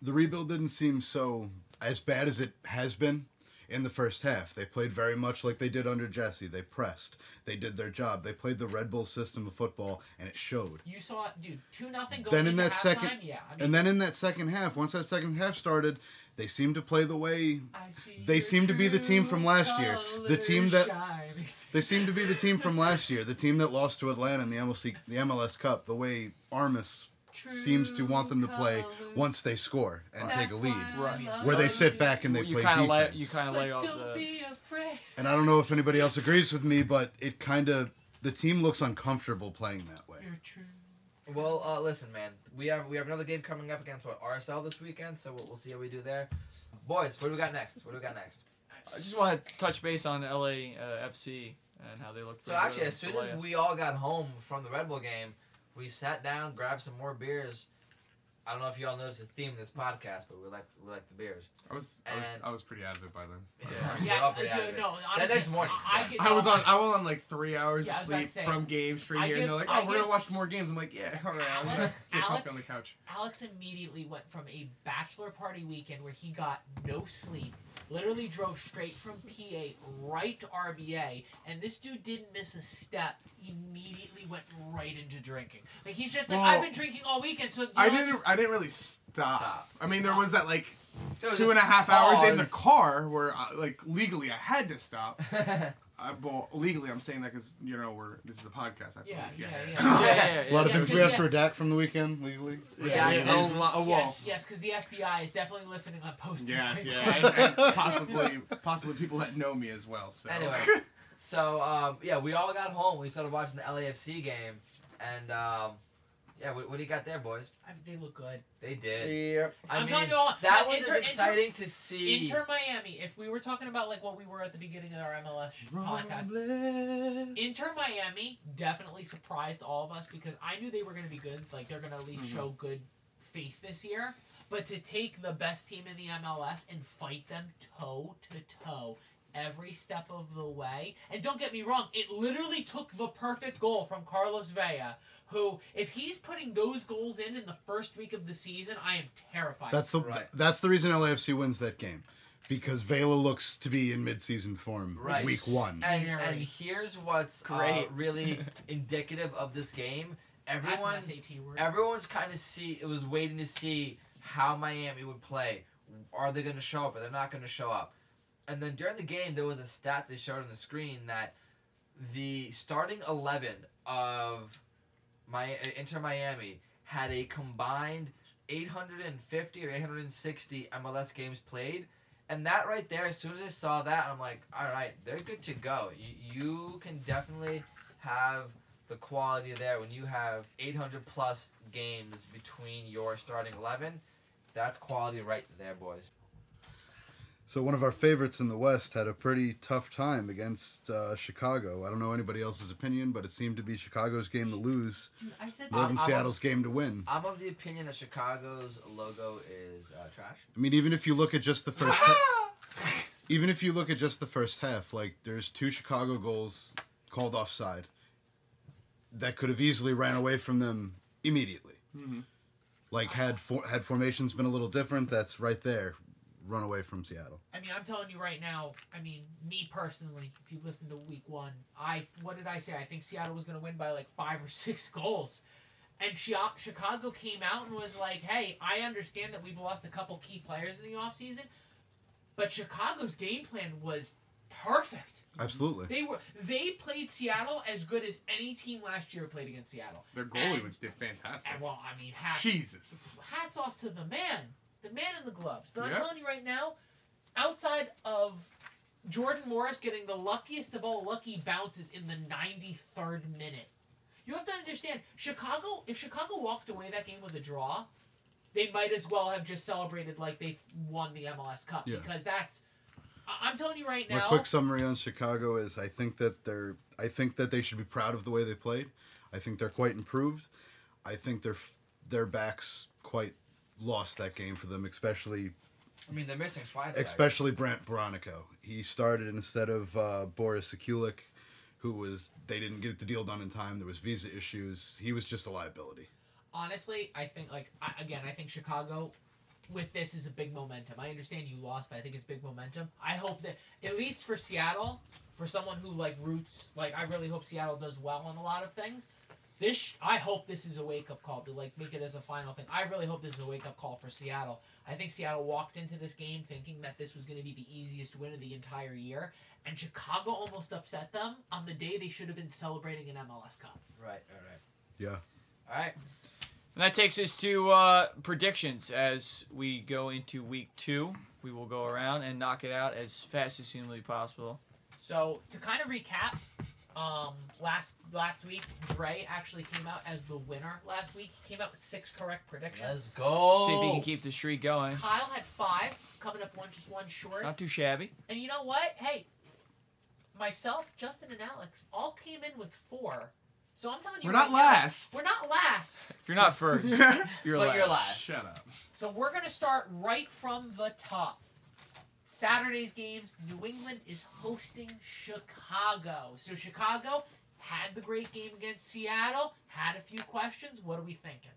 E: the rebuild didn't seem so as bad as it has been in the first half. They played very much like they did under Jesse. They pressed, they did their job, they played the Red Bull system of football, and it showed.
A: You saw, dude, two nothing going
E: Then in
A: into
E: that
A: halftime?
E: second-
A: yeah. I mean,
E: And then in that second half, once that second half started, they seemed to play the way
A: I see
E: they
A: your
E: seem to be the team from
A: true
E: last year. The team
A: colours
E: that-
A: shining.
E: They seem to be the team from last year, the team that lost to Atlanta in the MLC, the MLS Cup, the way Armas seems to want them to play
A: True
E: once they score and
A: colours.
E: take a
A: That's
E: lead,
A: why I
B: Right.
A: love
E: where they sit back and they
B: you
E: play
B: kind of
E: defense.
B: lay, you kind of
A: But
B: lay off
A: don't
B: the.
A: be afraid.
E: and I don't know if anybody else agrees with me, but it kind of the team looks uncomfortable playing that way.
A: Your true.
D: Well, uh, listen, man, we have we have another game coming up against what RSL this weekend, so we'll, we'll see how we do there. Boys, what do we got next? What do we got next?
B: I just want to touch base on LA uh, FC and how they look.
D: So
B: pretty
D: actually,
B: good
D: as soon
B: in
D: as
B: Pelea.
D: we all got home from the Red Bull game, we sat down, grabbed some more beers. I don't know if you all noticed the theme of this podcast, but we like we like the beers.
C: I was,
D: I was- And-
C: I was pretty out of it by then.
D: We're
A: Yeah,
D: all pretty out of
A: dude,
D: it.
A: no, honestly,
D: next morning,
A: I, I,
D: son.
A: get,
C: I was on. I was on like three hours
A: Yeah, I
C: of
A: was about to
C: sleep
A: say,
C: from games straight
A: I
C: here,
A: give-
C: and they're like, "Oh,
A: I
C: we're
A: give-
C: gonna watch some more games." I'm like, "Yeah, all right." I'm
A: Alex-
C: gonna get
A: Alex-
C: on the couch.
A: Alex immediately went from a bachelor party weekend where he got no sleep, literally drove straight from PA right to RBA, and this dude didn't miss a step. Immediately went right into drinking. Like he's just like,
C: Well,
A: I've been drinking all weekend, so you
C: I
A: know,
C: didn't.
A: just-
C: I didn't really stop.
D: Stop.
C: I mean, there was that like
D: So
C: two
D: just
C: and a half hours in the
D: pause.
C: car where, I, like, legally I had to stop. I, well, legally I'm saying that because you know we're this is a podcast. I feel
A: Yeah,
C: like.
A: yeah, yeah.
B: yeah, yeah,
E: A lot of
A: Yes,
E: things we
A: yes,
E: have to redact from the weekend legally.
D: Yeah,
C: It's
D: yeah.
C: a, lo- a wall.
A: Yes, yes, because the FBI is definitely listening on posting.
C: Yes,
A: things.
C: yeah, and, and possibly, possibly people that know me as well. So
D: Anyway, so um, yeah, we all got home. We started watching the LAFC game, and um, yeah, what, what do you got there, boys?
A: I mean, they look good.
D: They did.
C: Yep.
D: I
A: I'm
D: mean,
A: telling you all,
D: that
A: uh,
D: was
A: Inter-
D: as
A: Inter-
D: exciting to see.
A: Inter Miami. If we were talking about like what we were at the beginning of our MLS sh- podcast, Inter Miami definitely surprised all of us because I knew they were going to be good. Like they're going to at least show good faith this year. But to take the best team in the MLS and fight them toe to toe every step of the way. And don't get me wrong, it literally took the perfect goal from Carlos Vela, who if he's putting those goals in in the first week of the season, I am terrified.
E: That's the
D: Right.
E: that's the reason LAFC wins that game, because Vela looks to be in midseason form
D: Right.
E: week one.
D: And,
A: Mary.
D: and here's what's great,
B: Great.
D: really indicative of this game.
A: That's
D: Everyone,
A: an SAT word.
D: everyone's kind of see. It was waiting to see how Miami would play. Are they going to show up? Are they not going to show up? And then during the game, there was a stat they showed on the screen that the starting eleven of my Inter Miami had a combined 850 or 860 MLS games played. And that right there, as soon as I saw that, I'm like, all right, they're good to go. You, you can definitely have the quality there when you have 800 plus games between your starting 11. That's quality right there, boys.
E: So one of our favorites in the West had a pretty tough time against uh, Chicago. I don't know anybody else's opinion, but it seemed to be Chicago's game to lose
A: Dude, I said
E: more
D: Well,
E: than
D: I'm-
E: Seattle's game to win.
D: I'm of the opinion that Chicago's logo is uh, trash.
E: I mean, even if you look at just the first, ha- even if you look at just the first half, like there's two Chicago goals called offside that could have easily ran away from them immediately. Like had for, had formations been a little different, that's right there, run away from Seattle.
A: I mean, I'm telling you right now. I mean, me personally, if you listen to Week One, I what did I say? I think Seattle was going to win by like five or six goals, and Chi- Chicago came out and was like, "Hey, I understand that we've lost a couple key players in the offseason, but Chicago's game plan was perfect.
E: Absolutely.
A: They were they played Seattle as good as any team last year played against Seattle.
C: Their goalie
A: And-
C: was did fantastic.
A: and, well, I mean, hats,
C: Jesus.
A: hats off to the man, the man in the gloves. But I'm
C: Yeah.
A: telling you right now, outside of Jordan Morris getting the luckiest of all lucky bounces in the 93rd minute, you have to understand Chicago. If Chicago walked away that game with a draw, they might as well have just celebrated like they won the MLS Cup
E: Yeah.
A: because that's. I- I'm telling you right
E: My
A: now.
E: quick summary on Chicago is I think that they're I think that they should be proud of the way they played. I think they're quite improved. I think their their backs quite lost that game for them, especially
D: I mean, they're missing Schweinsteiger.
E: especially Brant Bronico. He started instead of uh, Boris Sekulic, who was they didn't get the deal done in time. There was visa issues. He was just a liability.
A: honestly, I think like I, again, I think Chicago with this is a big momentum. I understand you lost, but I think it's big momentum. I hope that at least for Seattle, for someone who like roots, like I really hope Seattle does well on a lot of things. This sh- I hope this is a wake up call to like make it as a final thing. I really hope this is a wake up call for Seattle. I think Seattle walked into this game thinking that this was going to be the easiest win of the entire year, and Chicago almost upset them on the day they should have been celebrating an MLS Cup.
D: Right, right,
E: Yeah.
D: right. All right.
B: And that takes us to uh, predictions as we go into week two. We will go around and knock it out as fast as humanly possible.
A: So to kind of recap, um, last last week Dre actually came out as the winner. Last week he came out with six correct predictions.
D: Let's go.
B: See if we can keep the streak going.
A: Kyle had five, coming up one just one short.
B: Not too shabby.
A: And you know what? Hey, myself, Justin, and Alex all came in with four. So I'm telling you,
C: We're
A: right
C: not
A: now,
C: last.
A: We're not last.
B: If you're not first, you're
D: But
B: last.
D: you're last.
C: Shut up.
A: So we're gonna start right from the top. Saturday's games, New England is hosting Chicago. So Chicago had the great game against Seattle, had a few questions. What are we thinking?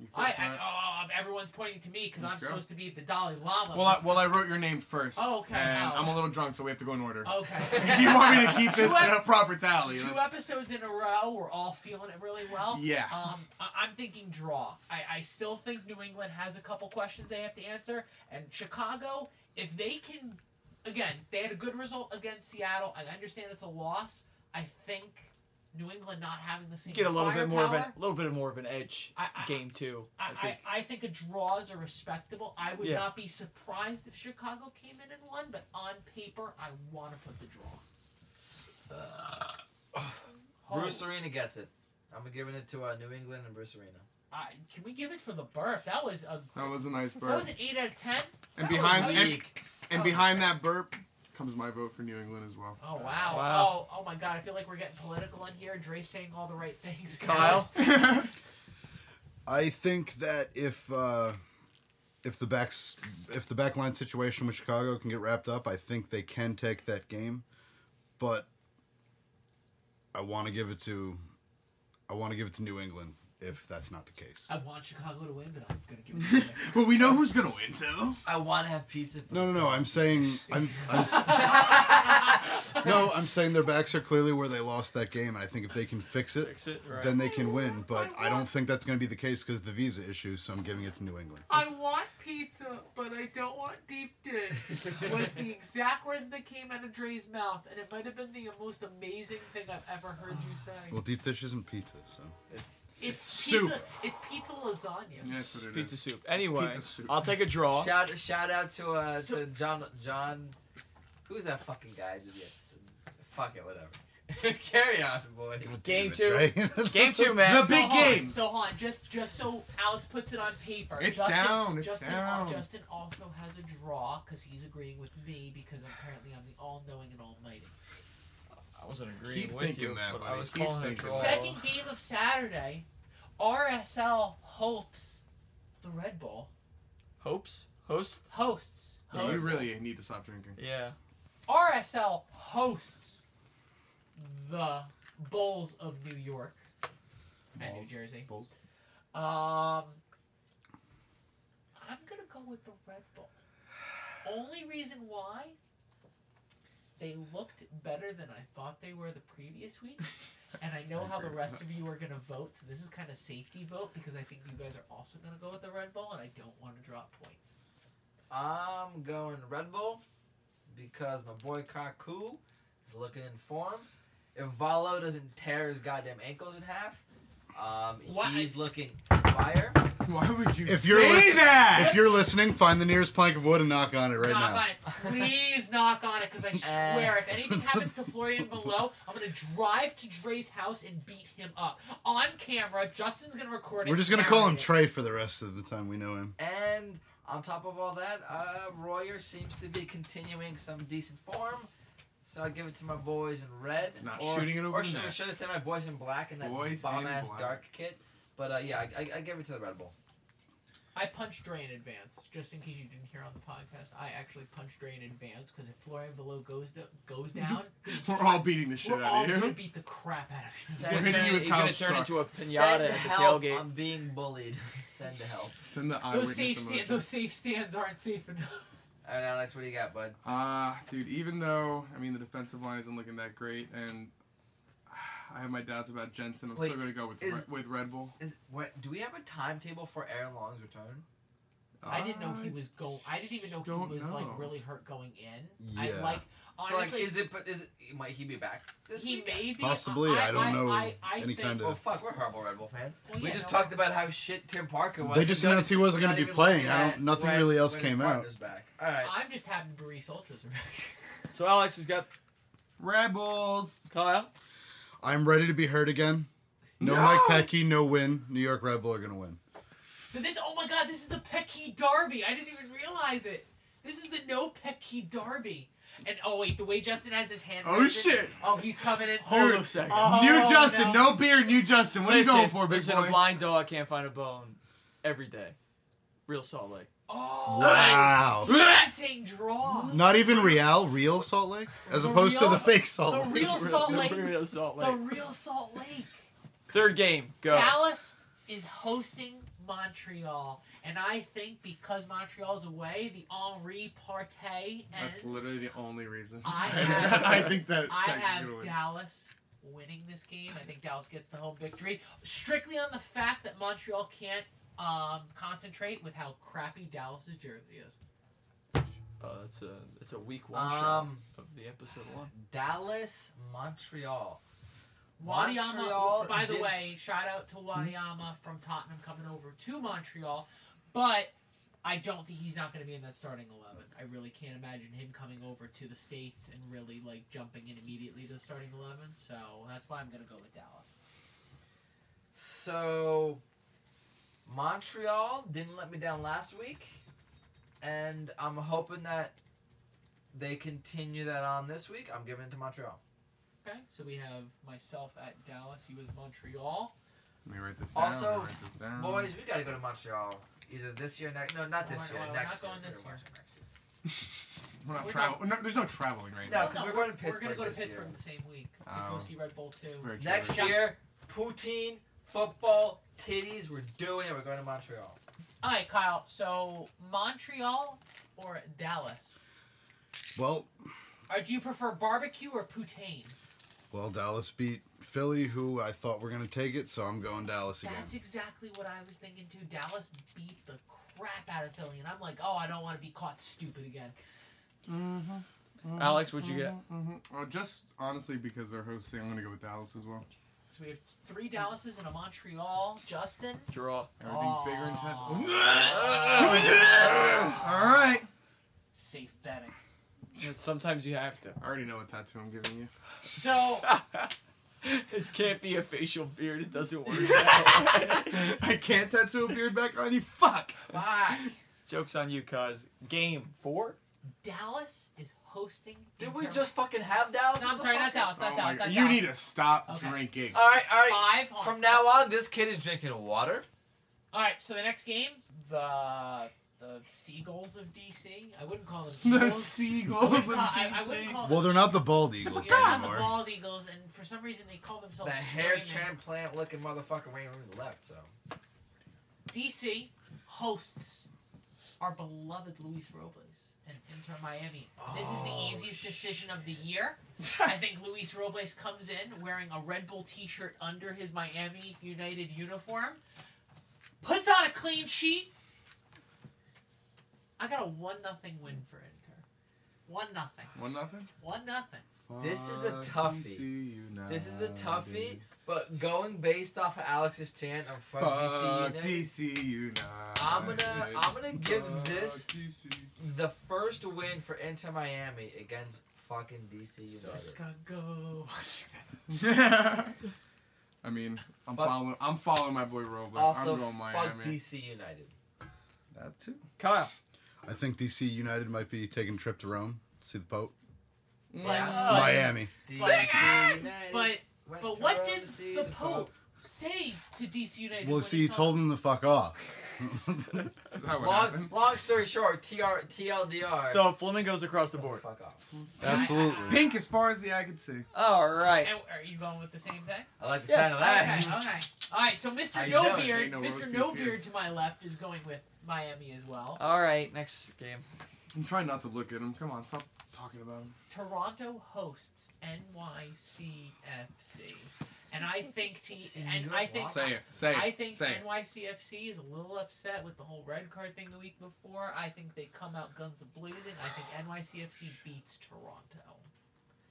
C: You
A: I,
C: first, Matt.
A: I, oh, everyone's pointing to me because I'm
C: Let's go.
A: supposed to be the Dalai Lama.
C: well, I, well, I wrote your name first.
A: Oh, okay,
C: And
A: Al.
C: I'm a little drunk, so we have to go in order.
A: okay.
C: if you want me to keep this
A: Two ep-
C: in a proper tally,
A: Two
C: let's-
A: episodes in a row, we're all feeling it really well.
C: Yeah.
A: Um, I- I'm thinking draw. I-, I still think New England has a couple questions they have to answer, and Chicago, if they can, again, they had a good result against Seattle. I understand it's a loss. I think New England not having the same
B: Get a little bit more of an,
A: firepower,
B: a little bit more of an edge.
A: I- I-
B: game two, I,
A: I,
B: think.
A: I, I think a draw is a respectable. I would
B: Yeah.
A: not be surprised if Chicago came in and won, but on paper, I want to put the draw. Oh,
D: Bruce Arena gets it. I'm giving it to uh, New England and Bruce Arena.
A: I, can we give it for the burp? That was a
C: That was a nice burp.
A: That was an eight out of ten.
C: and
A: that was
C: behind
A: nice.
C: and, and
A: Oh.
C: behind that burp comes my vote for New England as well.
A: Oh wow.
B: Wow.
A: Oh oh my god, I feel like we're getting political in here. Dre's saying all the right things.
B: Kyle?
A: guys.
E: I think that if uh, if the backs if the backline situation with Chicago can get wrapped up, I think they can take that game. But I want to give it to I want to give it to New England if that's not the case.
A: I want Chicago to win, but I'm gonna give it to them.
C: Well, we know who's gonna win, so
D: I want to have pizza. but-
E: No, no, no. I'm saying I'm. I'm no, I'm saying their backs are clearly where they lost that game, and I think if they can fix it,
B: Fix it, right.
E: then they can win. But I don't think that's going to be the case because the visa issue. So I'm giving it to New England.
A: I want pizza, but I don't want deep dish. Was the exact words that came out of Dre's mouth, and it might have been the most amazing thing I've ever heard you say.
E: Well, deep dish isn't pizza, so
D: It's
A: It's
B: Soup.
A: pizza. It's pizza lasagna.
C: that's what it
B: pizza
C: is.
B: soup. Anyway,
C: pizza soup.
B: I'll take a draw.
D: shout shout out to uh to John John. Who was that fucking guy? who Did the episode? Fuck it, whatever. Carry on, boy.
B: Game
E: Right?
B: Game two, man.
C: The big
A: hold on,
C: game.
A: So hold on, just just so Alex puts it on paper.
C: It's
A: Justin,
C: down, it's
A: Justin,
C: down.
A: Justin also has a draw because he's agreeing with me because apparently I'm the all-knowing and almighty.
B: I wasn't
C: Keep thinking that, buddy. Keep thinking that.
A: Second game of Saturday, RSL hopes the Red Bull
B: Hopes? Hosts?
A: hosts
C: Yeah, you
A: hosts.
C: really need to stop drinking.
B: Yeah.
A: RSL hosts the Bulls of New York and New
C: Bulls.
A: Jersey.
C: Bulls.
A: Um, I'm gonna go with the Red Bull. Only reason why they looked better than I thought they were the previous week, and I know how the rest of you are gonna vote, so this is kind of safety vote because I think you guys are also gonna go with the Red Bull, and I don't want to drop points.
D: I'm going Red Bull because my boy Kaku is looking in form. If Valo doesn't tear his goddamn ankles in half, um,
A: Why-
D: he's looking fire.
C: Why would you
E: If
C: say
E: you're lis-
C: that?
E: If you're listening, find the nearest plank of wood and knock on it right
A: knock
E: now.
A: on it, please knock on it, because I swear if anything happens to Florian Below, I'm gonna drive to Dre's house and beat him up on camera. Justin's gonna record it.
E: We're just gonna call him
A: narrate it.
E: Trey for the rest of the time we know him.
D: And on top of all that, uh, Royer seems to be continuing some decent form. So I give it to my boys in red.
C: Not
D: or,
C: shooting it over
D: Or
C: the
D: should,
C: net.
D: should I say my boys in black and that
C: Boys in
D: bomb ass
C: black.
D: dark kit? But uh, yeah, I, I, I give it to the Red Bull.
A: I punched Dre in advance, just in case you didn't hear on the podcast. I actually punched Dre in advance because if Florian Velo goes do- goes down,
C: We're all beating the shit
A: we're all
C: out of
A: gonna
C: you.
A: beat the crap out of
D: He's
A: him.
D: gonna
B: He's
D: turn-
B: gonna,
C: he's gonna
B: turn
C: turn
B: into a
D: Send
B: pinata at the
D: help.
B: tailgate.
D: I'm being bullied. Send help.
C: Send the
A: Those
C: eyewitness
A: safe
C: emoji.
A: stand, those safe stands aren't safe enough.
D: All right, Alex, what do you got, bud?
C: Ah, dude, even though, I mean, the defensive line isn't looking that great, and I have my doubts about Jensen, I'm
D: Wait,
C: still going to go with,
D: is-
C: Re- with Red Bull.
D: Is what? Do we have a timetable for Aaron Long's return?
A: I didn't know he
C: Uh,
A: was going. I didn't even know
C: don't
A: he was
C: know.
A: like really hurt going in.
E: Yeah.
A: I like
D: So,
A: honestly.
D: like, is it? But is it? Might he be back? This
A: he
D: week?
A: may be
E: Possibly, I don't know any kind
D: Well,
E: of-
D: fuck, we're horrible Red Bull fans.
A: Well,
D: we
A: yeah,
D: just
A: no.
D: talked about how shit Tim Parker was.
E: They just
D: We're not-
E: announced he wasn't
D: we're
E: gonna
D: not
E: be
D: even
E: playing.
D: looking
E: I don't-
D: at
E: nothing
D: when-
E: really else
D: when his
E: came out.
D: partner's Back. All right.
A: I'm just happy Brees Ultras are back.
B: So Alex has got
C: Red Bulls!
B: Kyle.
E: I'm ready to be hurt again. No,
C: No!
E: Mike Pecky, no win. New York Red Bull are gonna win.
A: So this, oh my God, this is the Pecky Derby. I didn't even realize it. This is the no Pecky Derby. And oh wait, the way Justin has his hand.
C: Oh,
A: raised it-
C: shit.
A: Oh, he's coming in.
B: Hold on a second.
A: Oh,
C: new Justin,
A: no.
C: no. beer, new Justin. What
B: listen,
C: are you going for, big
B: listen,
C: boy?
B: a blind dog can't find a bone every day. Real Salt Lake.
A: Oh,
E: Wow.
A: I'm saying draw.
E: Not even Real, real Salt Lake, as
A: The
E: opposed
A: real-
E: to the fake Salt
A: the
E: Lake.
A: real Salt Lake.
B: Real Salt
A: The
B: Lake.
A: real Salt Lake.
B: Third game. Go.
A: Dallas is hosting Montreal, and I think because Montreal's away, the Henri Partey ends.
C: That's literally the only reason.
A: I have-
C: I think that
A: I
C: Texas is
A: have
C: going to win.
A: Dallas winning this game. I think Dallas gets the home victory strictly on the fact that Montreal can't um, concentrate with how crappy Dallas's jersey is.
B: Oh, that's a that's a week one shot
D: Um,
B: of the episode one.
D: Dallas, Montreal.
A: Wadiyama,
D: Montreal
A: by the
D: did-
A: way, shout out to Wadiyama from Tottenham coming over to Montreal, but I don't think he's not going to be in that starting eleven. I really can't imagine him coming over to the states and really like jumping in immediately to the starting eleven. So that's why I'm going to go with Dallas.
D: So, Montreal didn't let me down last week, and I'm hoping that they continue that on this week. I'm giving it to Montreal.
A: Okay, so we have myself at Dallas, you with Montreal.
C: Let me write this down.
D: Also,
C: let me write this
E: Mm.
C: down.
D: Boys, we gotta go to Montreal either this year, next. No, not
A: Oh
D: this
A: my
D: year.
A: God, we're
D: next
A: not going
D: year.
A: this
D: We're
A: year.
D: going next year.
C: we're not
A: we're
C: traveling. No, there's no traveling right
D: No,
C: now.
D: 'cause we're going to
A: We're gonna
D: Pittsburgh
A: go to
D: this year.
A: Pittsburgh the same week to go
C: Oh.
A: see Red Bull too.
C: Very
D: Next
C: true.
D: year, poutine, football, titties. We're doing it. We're going to Montreal.
A: All right, Kyle. So Montreal or Dallas?
E: Well,
A: Or do you prefer barbecue or poutine?
E: well, Dallas beat Philly, who I thought were gonna take it, so I'm going Dallas again.
A: That's exactly what I was thinking too. Dallas beat the crap out of Philly, and I'm like, oh, I don't want to be caught stupid again.
B: Alex, what'd you get?
C: Uh, just honestly, because they're hosting, I'm going to go with Dallas as well.
A: So we have three Dallases and a Montreal. Justin.
B: Draw.
C: Everything's bigger and
A: Aw.
C: tense. All right.
A: Safe betting.
B: And Sometimes you have to.
C: I already know what tattoo I'm giving you.
A: So
B: It can't be a facial beard. It doesn't work.
C: I can't tattoo a beard back on you. Fuck.
D: Fuck.
B: Jokes on you, cuz. Game four.
A: Dallas is hosting. in
D: Did we
A: terms-
D: just fucking have Dallas?
A: No, I'm sorry, not Dallas, not
C: Oh my
A: Dallas,
C: God.
A: not
C: You
A: Dallas.
C: need to stop
A: Okay. Uh,
C: drinking.
D: All right, all right.
A: Five on.
D: From now on, this kid is drinking water.
A: All right, so the next game, the the the seagulls of DC. I wouldn't call them
C: The
A: eagles. I
C: seagulls
A: wouldn't
C: of
A: call- I, I wouldn't
C: DC.
A: call
E: Well,
A: them.
E: they're not the bald eagles
A: They're not the
E: anymore.
A: bald eagles, and for some reason they call themselves
D: The hair
A: Screaming.
D: transplant looking motherfucker ran over the left, so.
A: DC hosts our beloved Luis Robles and Inter Miami. This is the
D: Oh,
A: easiest decision of the year. I think Luis Robles comes in wearing a Red Bull T-shirt under his Miami United uniform, puts on a clean sheet. I got a one nothing win for Inter. One nothing.
C: One nothing.
A: One nothing.
D: This is a
C: Fuck
D: toughie.
C: DC United.
D: This is a toughie, but going based off of Alex's chant of fuck
C: Fuck
D: DC, United,
C: DC United.
D: I'm gonna- I'm gonna give
C: Fuck
D: this-
C: DC.
D: the first win for Inter Miami against fucking DC United.
A: So go.
C: I mean, I'm
D: But-
C: following. I'm following my boy Robles.
D: also,
C: I'm going
D: fuck
C: Miami.
D: DC United.
C: That too.
B: Kyle.
E: I think DC United might be taking a trip to Rome, see the Pope.
C: Uh,
A: But-
E: Miami.
D: DC United.
A: But
D: went
A: but
D: to
A: what
D: Rome
A: did
D: to see
A: the Pope say to DC United?
E: Well,
A: when
E: see, he
A: saw
E: told them to fuck off.
C: Is that what
D: Long,
C: happened?
D: long story short, TR, TLDR.
B: So Flamingos across the board.
D: Fuck off.
E: Absolutely.
C: Pink as far as the eye can see.
B: All right.
A: And are you going with the same thing?
D: I like the
B: Yes.
D: sound of
A: Okay,
D: that.
A: okay. All right, so
D: How
A: Mr.
D: you
A: No
D: doing?
A: Beard,
C: Ain't no roast
A: Mr.
C: beef
A: No
C: here.
A: Beard to my left is going with Miami as well.
B: All right. Next game.
C: I'm trying not to look at him. Come on, stop talking about him.
A: Toronto hosts NYCFC, and I think T
D: See,
A: and
D: you're
A: I think
D: lost. Say it,
C: Say
A: I think
C: Say it.
A: NYCFC is a little upset with the whole red card thing the week before. I think they come out guns a blazing. I think NYCFC beats Toronto.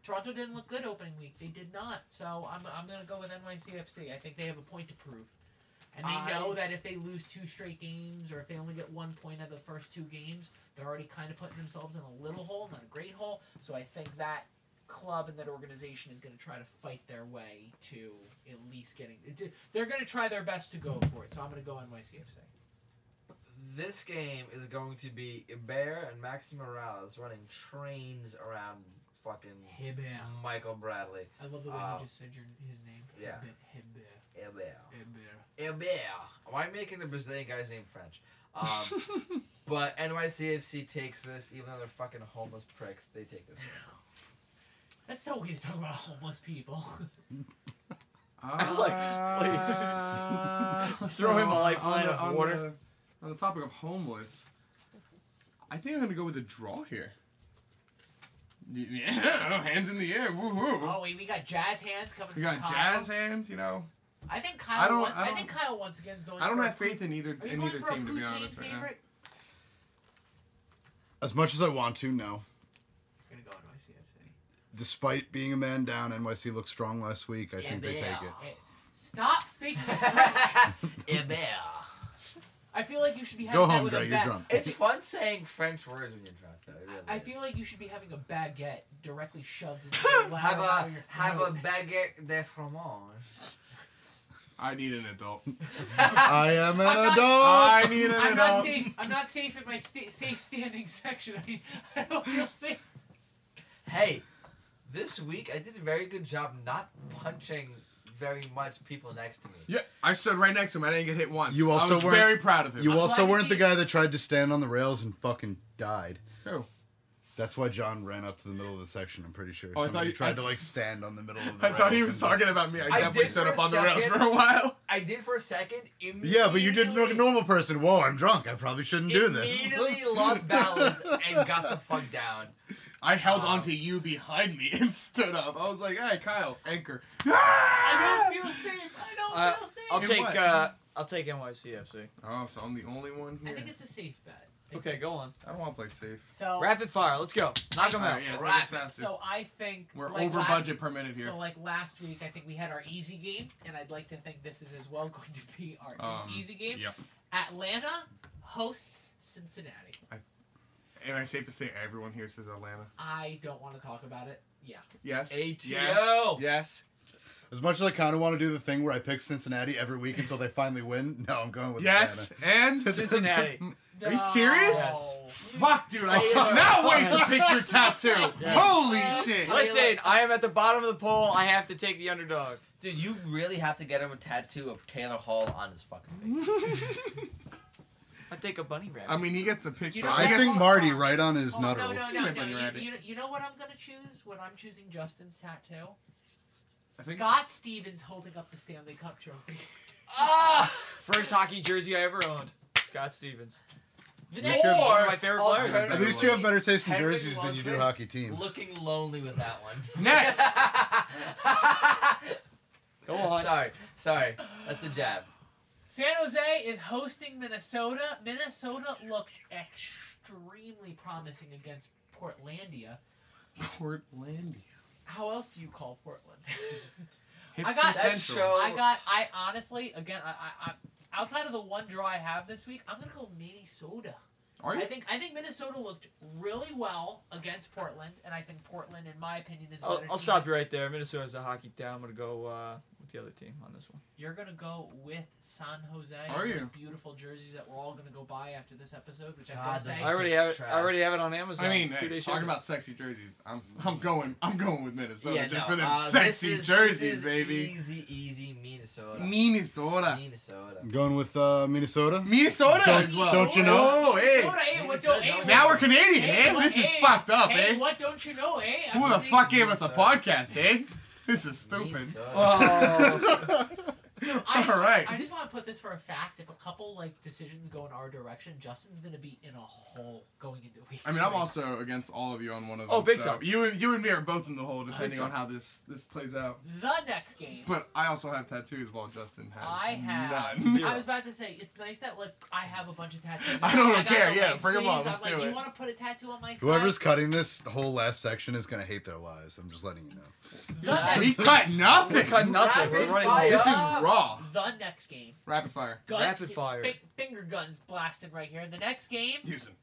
A: Toronto didn't look good opening week. They did not. So I'm, I'm going to go with NYCFC. I think they have a point to prove. And they
D: I-
A: know that if they lose two straight games or if they only get one point out of the first two games, they're already kind of putting themselves in a little hole, not a great hole. So I think that club and that organization is going to try to fight their way to at least getting. They're going to try their best to go for it. So I'm going to go NYCFC.
D: This game is going to be Bear and Maxi Morales running trains around fucking
A: Hibber.
D: Michael Bradley.
A: I love the way
D: Uh,
A: you just said your, his name.
D: yeah.
A: Hibber.
D: Hibber.
A: Hibber.
D: Hibber. Why am I making the Brazilian guy's name French? Um, but NYCFC takes this, even though they're fucking homeless pricks. They take this.
A: That's no way to talk about homeless people.
B: Alex, please. Throw him a
C: Uh, on-
B: lifeline
C: on the-
B: of
C: on
B: water.
C: the- on the topic of homeless, I think I'm gonna go with a draw here. Yeah, hands in the air. Woohoo.
A: oh wait, we got jazz hands coming.
C: We
A: from
C: got
A: Kyle.
C: jazz hands, you know.
A: I think Kyle.
C: I don't-
A: once,
C: I
A: I,
C: don't-
A: think Kyle once again is going.
C: I don't
A: for a
C: have faith in either
A: Are you
C: in
A: going
C: either
A: for a
C: team to be
A: poutine
C: honest right now.
A: favorite?
E: As much as I want to, no.
A: I'm gonna go NYCFC.
E: Despite being a man down, NYC looked strong last week. I
D: Yeah,
E: think they
D: they
E: take
D: are.
E: it.
A: Hey, Stop speaking French.
D: Hibber.
A: I feel like you should be having
E: Go
A: that
E: home,
A: with
E: girl.
A: a
E: You're
A: ba-
E: drunk.
D: It's fun saying French words when you're drunk, though. It really
A: I
D: is.
A: feel like you should be having a baguette directly shoved into your lower
D: Have
A: part
D: a
A: of your
D: have a
A: throat.
D: baguette de fromage.
C: I need an adult.
E: I am an
A: I'm not-
E: adult.
C: I need an
A: I'm not
C: adult.
A: safe. I'm not safe in my sta- safe standing section. I, I don't feel safe.
D: Hey, this week I did a very good job not punching very much people next to me.
C: Yeah, I stood right next to him. I didn't get hit once.
E: You also
C: I was
E: weren't-
C: very proud of him.
E: You also
A: glad to
E: weren't the
A: see-
E: guy that tried to stand on the rails and fucking died.
C: Who?
E: That's why John ran up to the middle of the section. I'm pretty sure.
C: Oh, I thought
E: Somebody
C: you-
E: tried
C: I-
E: to like stand on the middle of the.
C: I thought he
E: rails
C: was
E: and-
C: talking about me. I, definitely
D: did
C: stood
D: for
C: up
D: a
C: on the rails for
D: second.
C: a while.
D: I did for a second. Immediately,
E: Yeah, but you did look normal person. Whoa, I'm drunk. I probably shouldn't do this.
D: Immediately lost balance and got the fuck down.
C: I held
A: Um,
D: Wow.
C: onto you behind me and stood up. I was like, "Hey, Kyle, anchor." Ah!
A: I don't feel safe. I don't
B: Uh,
A: feel safe.
B: I'll
C: In
B: take.
C: what?
B: Uh, I'll take NYCFC.
C: Oh, so I'm the only one
A: I
C: here.
A: think it's a safe bet.
B: Okay, go on.
C: I don't want to play safe.
A: So
B: Rapid fire. Let's go. Knock them
C: All
B: out.
C: right, yeah, let's
D: Right.
C: make this faster.
A: So I think
C: We're
A: like
C: over
A: last-
C: budget per minute here.
A: So like last week, I think we had our easy game, and I'd like to think this is as well going to be our
C: Um,
A: easy game.
C: yep.
A: Atlanta hosts Cincinnati.
C: Am I safe to say everyone here says Atlanta?
A: I don't want to talk about it. Yeah.
C: Yes.
D: ATL.
C: Yes. yes.
E: As much as I kind of want to do the thing where I pick Cincinnati every week until they finally win. No, I'm going with
C: Yes. And
B: Cincinnati.
C: Are you serious?
A: Yes.
C: Fuck, dude! I
D: Taylor.
C: cannot wait to pick your tattoo. Holy shit!
B: Listen, I am at the bottom of the poll. I have to take the underdog.
D: Dude, you really have to get him a tattoo of Taylor Hall on his fucking face.
B: I take a bunny rabbit.
C: I mean, he gets to pick.
A: You
C: the-
A: know
E: I
A: that-
E: think
A: Hold
E: Marty
A: on.
E: right on is
A: Oh,
E: not
A: no,
E: a
A: no,
E: rules.
A: no,
C: Bunny
A: no.
C: rabbit.
A: You, you, you know what I'm gonna choose when I'm choosing Justin's tattoo?
C: I think-
A: Scott Stevens holding up the Stanley Cup trophy. Ah!
D: Ah!
B: First hockey jersey I ever owned. Scott Stevens.
A: The
E: You
A: next
E: should-
B: One
D: Or
B: of my favorite
D: alternative-
B: players.
E: At least you have better taste in
D: Henrik
E: jerseys than you do
D: Lundqvist
E: hockey teams.
D: Looking lonely with that one.
B: Next. Go on.
D: sorry, sorry. That's a jab.
A: San Jose is hosting Minnesota. Minnesota looked extremely promising against Portlandia.
C: Portlandia.
A: How else do you call Portland?
B: Hipster
A: I got-
D: That
B: Central.
D: show.
A: I got. I honestly, again, I, I, I, outside of the one draw I have this week, I'm gonna go Minnesota.
C: Are
A: I
C: you?
A: think I think Minnesota looked really well against Portland, and I think Portland, in my opinion, is. a
B: I'll,
A: better
B: I'll
A: team.
B: stop you right there. Minnesota's a hockey town. I'm gonna go uh, with the other team on this one.
A: You're gonna go with San Jose. and
C: Are you?
A: Those beautiful jerseys that we're all gonna go buy after this episode, which I
D: God,
A: have
D: those
A: to say.
B: I already have it. I already have it on Amazon.
C: I mean, hey,
B: two days
C: talking about sexy jerseys. I'm, I'm going, I'm going with Minnesota
D: yeah,
C: just
D: no,
C: for them
D: uh,
C: sexy
D: this is,
C: jerseys,
D: this is
C: baby.
D: Easy, easy Minnesota.
C: Minnesota,
D: Minnesota.
E: Going with uh, Minnesota.
C: Minnesota
E: Don't-
C: as well.
E: don't you know?
C: Oh, hey.
A: Minnesota, hey, what
D: Minnesota,
A: don't- hey,
D: don't-
C: Now we're
A: what-
C: Canadian,
A: hey,
C: eh?
A: what-
C: This is
A: hey,
C: fucked up,
A: hey,
C: eh?
A: What don't you know, eh?
C: Who the
A: Everything-
C: fuck gave us a
D: Minnesota.
C: podcast, eh? This is stupid.
D: Minnesota.
B: Oh,
A: I just,
C: All right.
A: I just want to put this for a fact. If a couple like decisions go in our direction, Justin's gonna be in a hole going into week.
C: I mean, I'm
A: three.
C: also against all of you on one of them.
B: Oh, big
C: so
B: time.
C: You and you and me are both in the hole, depending
B: Big
C: on
B: time.
C: how this this plays out.
A: the next game.
C: But I also have tattoos, while Justin has
A: I have.
C: none.
B: Zero.
A: I was about to say it's nice that like I have a bunch of tattoos.
C: I don't
A: got
C: care,
A: the
C: yeah,
A: leg
C: bring 'em on,
A: sleeves. I'm
C: let's
A: like,
C: do
A: You
C: it."
A: want to put a tattoo on my?
E: Whoever's
A: thigh?
E: cutting this whole last section is gonna hate their lives. I'm just letting you know.
A: the next,
C: We cut nothing.
B: we cut nothing.
D: Rapid
B: We're running.
D: fire.
C: This
B: low.
C: is raw.
A: the next game.
C: Rapid fire.
A: Gun,
B: Rapid fire.
A: fi- finger guns blasted right here. The next game,
C: Houston.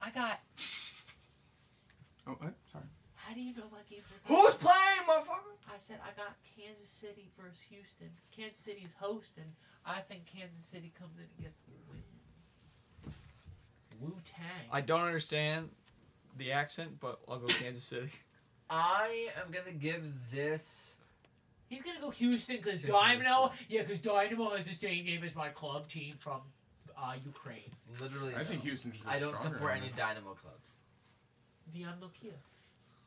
A: I got.
C: Oh, what? Sorry.
A: How do you know my games? Are
D: Who's playing, motherfucker?
A: I said I got Kansas City versus Houston. Kansas City's hosting. I think Kansas City comes in and gets the win. Wu
B: I
A: Tang.
B: don't understand the accent, but I'll go Kansas City.
D: I am gonna give this.
A: He's gonna go Houston because
D: To
A: Dynamo.
D: Houston.
A: Yeah, because Dynamo has the same name as my club team from uh, Ukraine.
D: Literally,
C: I think
D: no.
C: Houston just.
D: I
C: is
D: don't
C: stronger
D: support
C: than
D: any
C: that.
D: Dynamo clubs.
A: Diablo Kiev.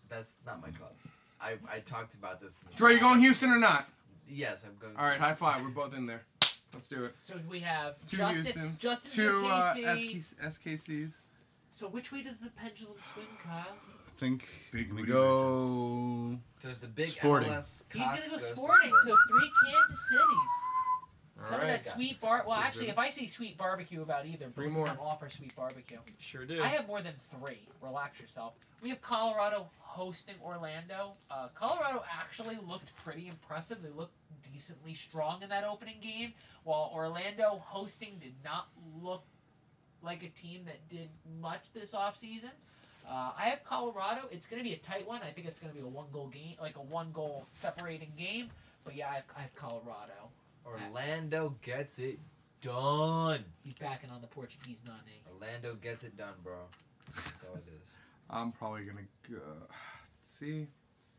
D: That's not my club. I, I talked about this. in the-
C: Dre, you going Houston or not?
D: Yes, I'm going.
C: All right, high five. We're both in there. Let's do it.
A: So we have
C: Two
A: Justin,
C: Houstons.
A: Justin's
C: two
A: with
C: uh,
A: KC.
C: SKC SKCs.
A: So which way does the pendulum swing, Kyle?
E: I think
C: Big
E: we
C: booty
E: go.
D: There's the big
E: Sporting.
D: MLS.
A: He's
D: cock
A: gonna go
D: goes to
A: sporting. So three Kansas cities.
C: All
A: Some of
C: right.
A: that sweet bar. Well,
C: Let's do
A: actually,
C: it.
A: if I say sweet barbecue about either,
C: Three
A: both
C: more.
A: of them offer sweet barbecue.
B: Sure do.
A: I have more than three. Relax yourself. We have Colorado hosting Orlando. Uh, Colorado actually looked pretty impressive. They looked decently strong in that opening game, while Orlando hosting did not look like a team that did much this offseason. Uh, I have Colorado. It's going to be a tight one. I think it's going to be a one goal game, like a one goal separating game. But yeah, I have, I have Colorado.
D: Orlando gets it done.
A: He's backing on the Portuguese, not me.
D: Orlando gets it done, bro. That's how it is.
C: I'm probably gonna go. See,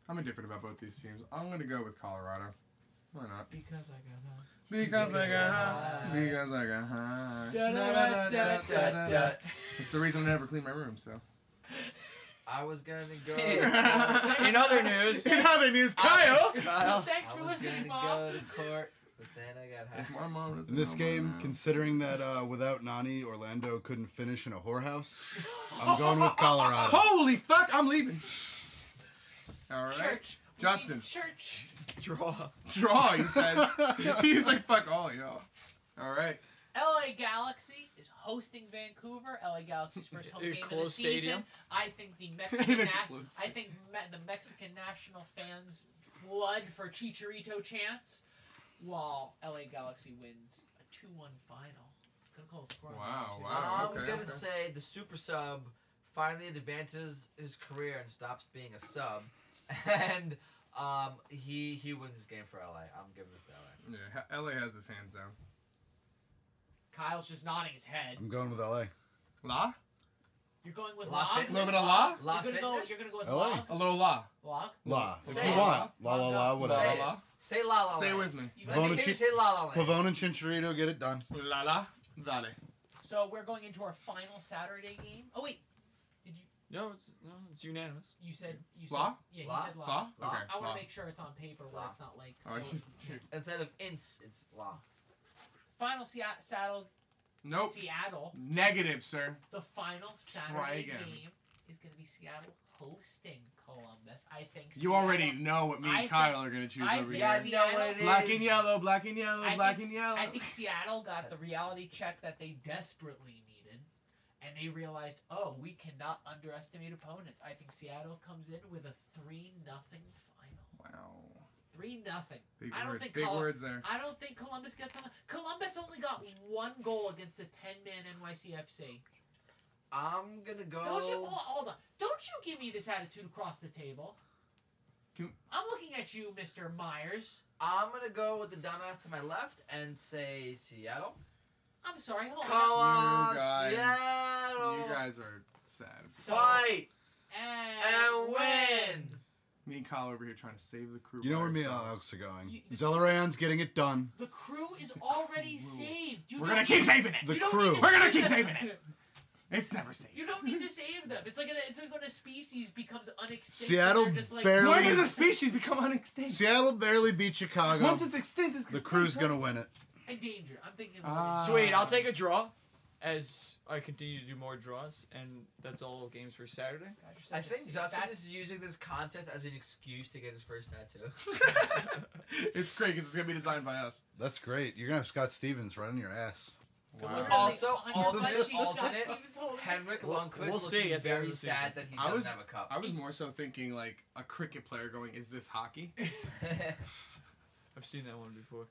C: I'm indifferent about both these teams. I'm gonna go with Colorado. Why not?
A: Because I got that.
C: Because I got high.
A: high.
C: Because I got high.
A: Da, da, da, da, da, da.
C: It's the reason I never clean my room. So.
D: I was gonna go.
B: In other news,
C: In other news, Kyle.
B: Kyle.
A: Thanks
D: I
A: for
D: was
A: listening,
D: gonna
A: Mom.
D: go to court, but then I got Uh,
C: If
D: high.
C: my mom doesn't
E: In this
C: know by
E: game,
C: now-
E: considering that uh, without Nani, Orlando couldn't finish in a whorehouse, I'm going with Colorado.
C: Holy fuck! I'm leaving. All right.
A: Church. We
C: Justin.
A: need Church.
B: Draw.
C: Draw. He says. He's like fuck all y'all. All right.
A: LA Galaxy is hosting Vancouver. LA Galaxy's first home
B: In
A: game of the
B: closed
A: season.
B: stadium.
A: I think the Mexican
C: In a
A: na-
C: closed
A: I think me- the Mexican national fans flood for Chicharito chance, while LA Galaxy wins a two-one final. Gonna call a score. on that,
C: Wow,
A: too.
C: wow.
D: I'm
C: okay,
D: gonna
C: okay.
D: say the super sub finally advances his career and stops being a sub, and um, he he wins this game for LA. I'm giving this to LA.
C: Yeah. ha- LA has his hands down.
A: Kyle's just nodding his head.
E: I'm going with LA.
C: La.
A: You're going with
D: La
A: Log.
D: Fit-
C: A little bit of la.
A: you're
D: La
A: gonna go.
D: Fitness?
A: You're gonna go with
E: LA.
A: Log.
C: A little la.
A: Log.
E: La. If
D: Say
E: you
D: it.
E: want. La la la,
D: Say
C: La
D: it.
E: whatever.
C: la.
D: Say la la.
C: Say it
D: Land.
C: with me.
A: You
D: Let me
E: Pavone
D: hear you
E: Chi-
D: say la la. Land.
E: Pavone and Chinchurrito get it done.
C: La la. Dale.
A: So we're going into our final Saturday game. Oh wait, did you?
B: No, it's no, it's unanimous.
A: You said you said
C: Law?
A: yeah. You
D: Law?
A: said law.
C: Law?
D: Law.
C: Okay.
A: I want
C: law.
A: to make sure it's on paper where
D: Law.
A: it's not like.
C: All right.
A: Yeah.
D: Instead of ints, it's law.
A: Final Seattle, Saddle,
C: Nope.
A: Seattle.
C: Negative, sir.
A: The final
C: Try
A: Saturday
C: again.
A: game is going to be Seattle hosting Columbus. I think.
C: You already
A: Seattle-
C: know what me and
A: I
C: Kyle
A: think-
C: are gonna choose
A: I
C: over
A: think
C: here.
A: Seattle-
D: Yeah, I know what it is.
C: Black and yellow, black and yellow,
A: I
C: black
A: think,
C: and yellow.
A: I think Seattle got the reality check that they desperately needed, and they realized, oh, we cannot underestimate opponents. I think Seattle comes in with a three nothing final.
C: wow.
A: Three nothing.
C: Big
A: I don't
C: words.
A: think
C: Big
A: Col-
C: words there.
A: I don't think Columbus gets on. Columbus only got one goal against the ten man NYCFC.
D: I'm gonna go.
A: Don't
C: Oh.
A: you hold, hold on? Don't you give me this attitude across the table?
C: Can-
A: I'm looking at you, Mister Myers.
D: I'm gonna go with the dumbass to my left and say Seattle.
A: I'm sorry. Hold
D: Come
A: on.
D: on,
C: Oh, guys-
D: Seattle.
C: You guys are sad.
A: So-
D: Fight
A: And,
D: and win.
C: Me and Kyle over here trying to save the crew.
E: You know
C: by
E: where me and
C: ourselves.
E: Alex are going.
A: You-
E: Zelarayan's getting it done.
A: The crew is already saved. You don't
C: We're gonna
A: need
C: keep
A: to-
C: saving it.
E: The
A: you don't
E: crew.
A: need to
E: We're
C: gonna
A: save
C: keep
A: them.
C: saving it. It's never safe.
A: You don't need to save them. It's like an, it's like when a species becomes unextinct.
E: Seattle
A: they're just like,
E: barely-
C: When does a species become unextinct?
E: Seattle barely beat Chicago.
C: Once it's extinct, it's
E: the
C: extinct,
E: crew's
C: right?
E: gonna win it.
A: endangered. I'm thinking.
D: Uh,
C: Ah.
B: Sweet,
A: Uh,
B: I'll take a draw as I continue to do more draws, and that's all games for Saturday.
D: I think Justin
A: That's-
D: is using this contest as an excuse to get his first tattoo.
C: It's great because it's gonna be designed by us.
E: That's great. You're gonna have Scott Stevens running your ass.
A: Literally,
D: Also,
A: on your
D: alternate-
A: butt cheeks, Scott
D: alternate,
A: Stevens holding it.
D: Henrik
B: We'll-
D: Lundqvist
B: we'll
D: looking
B: see at the end of
D: very
B: the season.
D: sad that he
C: I
D: doesn't
C: was-
D: have a cup.
C: I was more so thinking like a cricket player going, "Is this hockey?"
B: I've seen that one before.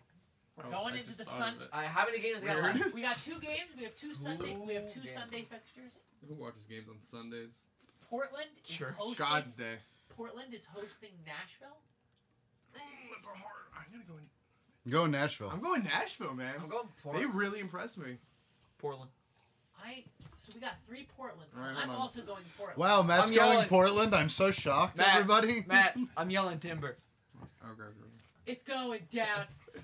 A: We're
C: Oh,
A: going
C: I
A: into
C: just
A: the
C: thought
A: sun.
C: of it.
D: Uh, how many games we got
C: Weird.
D: left?
A: We got two games. We have two Sunday. We have two
D: games.
A: Sunday fixtures.
C: Who watches games on Sundays?
A: Portland is
B: Church.
A: hosting.
C: God's day.
A: Portland is hosting Nashville.
C: Mm, that's a hard. I'm gonna go. In,
E: Go in Nashville.
C: I'm going Nashville, man.
D: I'm going
C: They
D: Portland.
C: really impressed me.
B: Portland.
A: I so we got three Portlands.
C: All right,
A: I'm
C: hold on.
A: also going Portland.
E: Wow, Matt's
B: I'm
E: going
B: yelling.
E: Portland. I'm so shocked,
B: Matt,
E: everybody.
B: Matt, I'm yelling timber.
C: Okay. okay.
A: It's going down.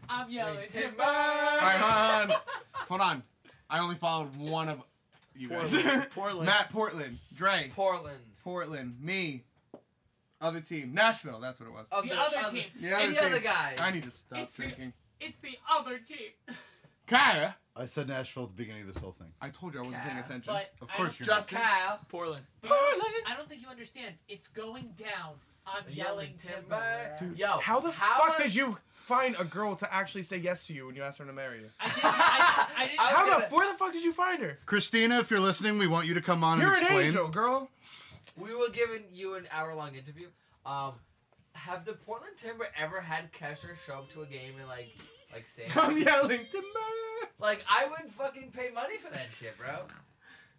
A: I'm yelling
D: Wait,
A: timber.
C: All right, hold on. hold on. I only followed one of you guys.
B: Portland. Portland.
C: Matt Portland, Dre
D: Portland.
C: Portland, me, other team, Nashville. That's what it was.
D: Of
A: The other team.
C: Yeah,
D: and
C: the
D: the
C: team.
D: other guys.
C: I need to stop
A: It's the-
C: thinking.
A: It's the other team.
C: Kara,
E: I said Nashville at the beginning of this whole thing.
C: I told you I wasn't paying attention.
A: But
E: Of
A: I
E: course
A: don't-
E: you're not.
C: Justin.
D: Kyle.
B: Portland.
A: I don't think you understand. It's going down. I'm
D: Yelling
A: yelling
D: timber.
A: timber.
D: Yo,
C: How the fuck
D: are-
C: did you find a girl to actually say yes to you when you asked her to marry you?
A: I didn't. I, I didn't.
D: I was
C: How the
D: gonna-
C: where the fuck did you find her?
E: Christina, if you're listening, we want you to come on
C: You're
E: and
C: an
E: explain.
C: angel, girl.
D: We were giving you an hour long interview. Um, have the Portland Timber ever had Kesher show up to a game and like, like say,
C: I'm yelling to
D: like I would fucking pay money for that shit, bro.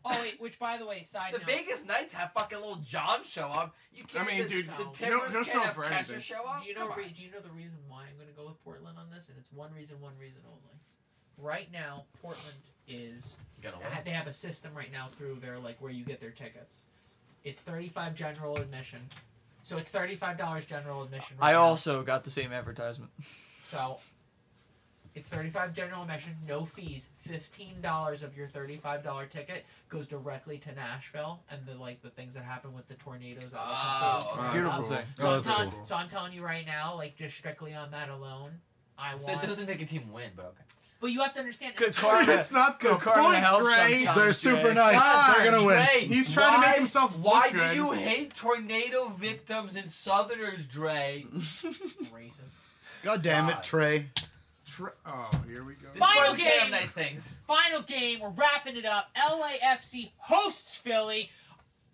A: oh wait. Which, by the way, side
D: The
A: note.
D: Vegas Knights have fucking little John show up. You can't.
C: mean,
D: the,
C: dude,
D: the
A: no.
D: Timbers
C: He'll- he'll
D: can't
C: show up
D: have
C: for
D: Kesher
C: anything.
D: show up.
A: Do you know?
D: Come on.
A: Re- do you know the reason why I'm going to go with Portland on this? And it's one reason, one reason only. Right now, Portland is
D: Gonna
A: ha- they have a system right now through their like where you get their tickets. It's thirty five general admission, so it's thirty five dollars general admission. Right
B: I
A: now.
B: also got the same advertisement.
A: so it's thirty five general admission, no fees. Fifteen dollars of your thirty five dollar ticket goes directly to Nashville and the like the things that happen with the tornadoes. That will come through.
D: Oh,
C: Wow.
B: Beautiful thing.
A: So,
E: Oh,
A: I'm
E: that's
A: telling,
E: cool.
A: so I'm telling you right now, like just strictly on that alone, I want.
D: That doesn't make a team win, but okay.
A: But you have to understand.
B: Good
A: it's-
B: karma.
C: It's not the
B: Good karma
C: point,
B: helps
C: Dre.
B: sometimes,
E: They're
B: Jay.
E: super nice.
D: God,
E: They're gonna win.
D: Dre,
C: He's trying to make
D: why-
C: himself
D: Why
C: look
D: do
C: good.
D: you hate tornado victims and Southerners, Dre?
A: Racist.
E: God damn it,
D: God.
E: Trey.
C: Tr- oh, here we go.
D: This is why
A: Final
D: we can't have
A: game.
D: nice things.
A: Final game. We're wrapping it up. LAFC hosts Philly.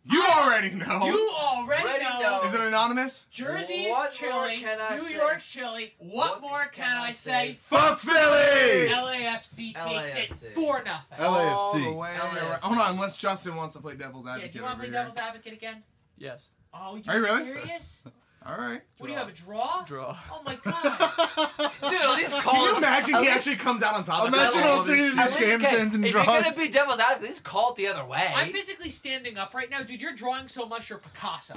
C: You already know.
A: You already
D: Already
A: know.
D: know.
C: Is it anonymous?
A: Jersey's
D: What more
A: chilly.
D: can I
A: New
D: say?
A: York's chilly. What, more can, I say?
E: Fuck Philly.
A: LAFC takes
D: LAFC.
A: it for nothing.
E: L- LAFC.
C: All the way.
D: LAFC.
C: Hold on, unless Justin wants to play devil's
A: yeah,
C: advocate.
A: do you want to
C: over
A: play
C: here.
A: devil's advocate again?
B: Yes.
A: Oh,
C: Are you really?
A: serious?
C: All right.
A: what do you have a draw?
B: Draw.
A: Oh my god.
D: Dude, at least call
C: Can you
D: it-
C: imagine
D: at
C: he
D: least-
C: actually comes out on top? of
E: Imagine
C: it?
E: all three of
D: at
E: these
D: least-
E: games
D: okay,
E: ends in
D: If you're gonna
E: draws.
D: be devil's advocate, at least call it the other way.
A: I'm physically standing up right now, dude. You're drawing so much, you're Picasso.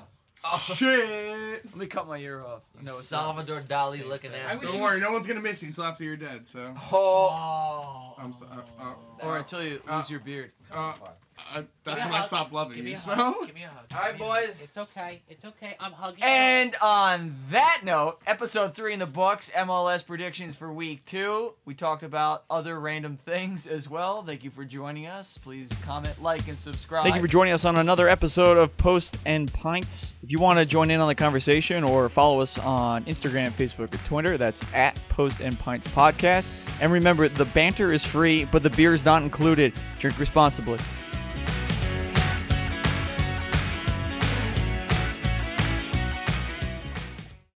C: Shit.
B: Let me cut my ear off. No, it's not.
D: Oh, Salvador Dali looking
A: I
D: at.
A: wish-
D: me.
C: Don't worry, no one's gonna miss you until after you're dead. So
D: Oh,
A: Oh.
C: I'm uh, sorry.
B: Or until you lose your beard.
C: Uh, uh,
A: Give
C: that's
A: me
C: when
A: a
C: I
A: hug.
C: stopped loving
A: Give me
C: you.
A: a
C: So
A: hug. Give me a hug.
D: All right,
A: Give me a hug.
D: boys.
A: It's okay. It's okay. I'm hugging. you.
B: And on that note, episode three in the books, MLS predictions for week two. We talked about other random things as well. Thank you for joining us. Please comment, like, and subscribe.
F: Thank you for joining us on another episode of Post and Pints. If you want to join in on the conversation or follow us on Instagram, Facebook, or Twitter, that's at Post and Pints Podcast. And remember, the banter is free, but the beer is not included. Drink responsibly.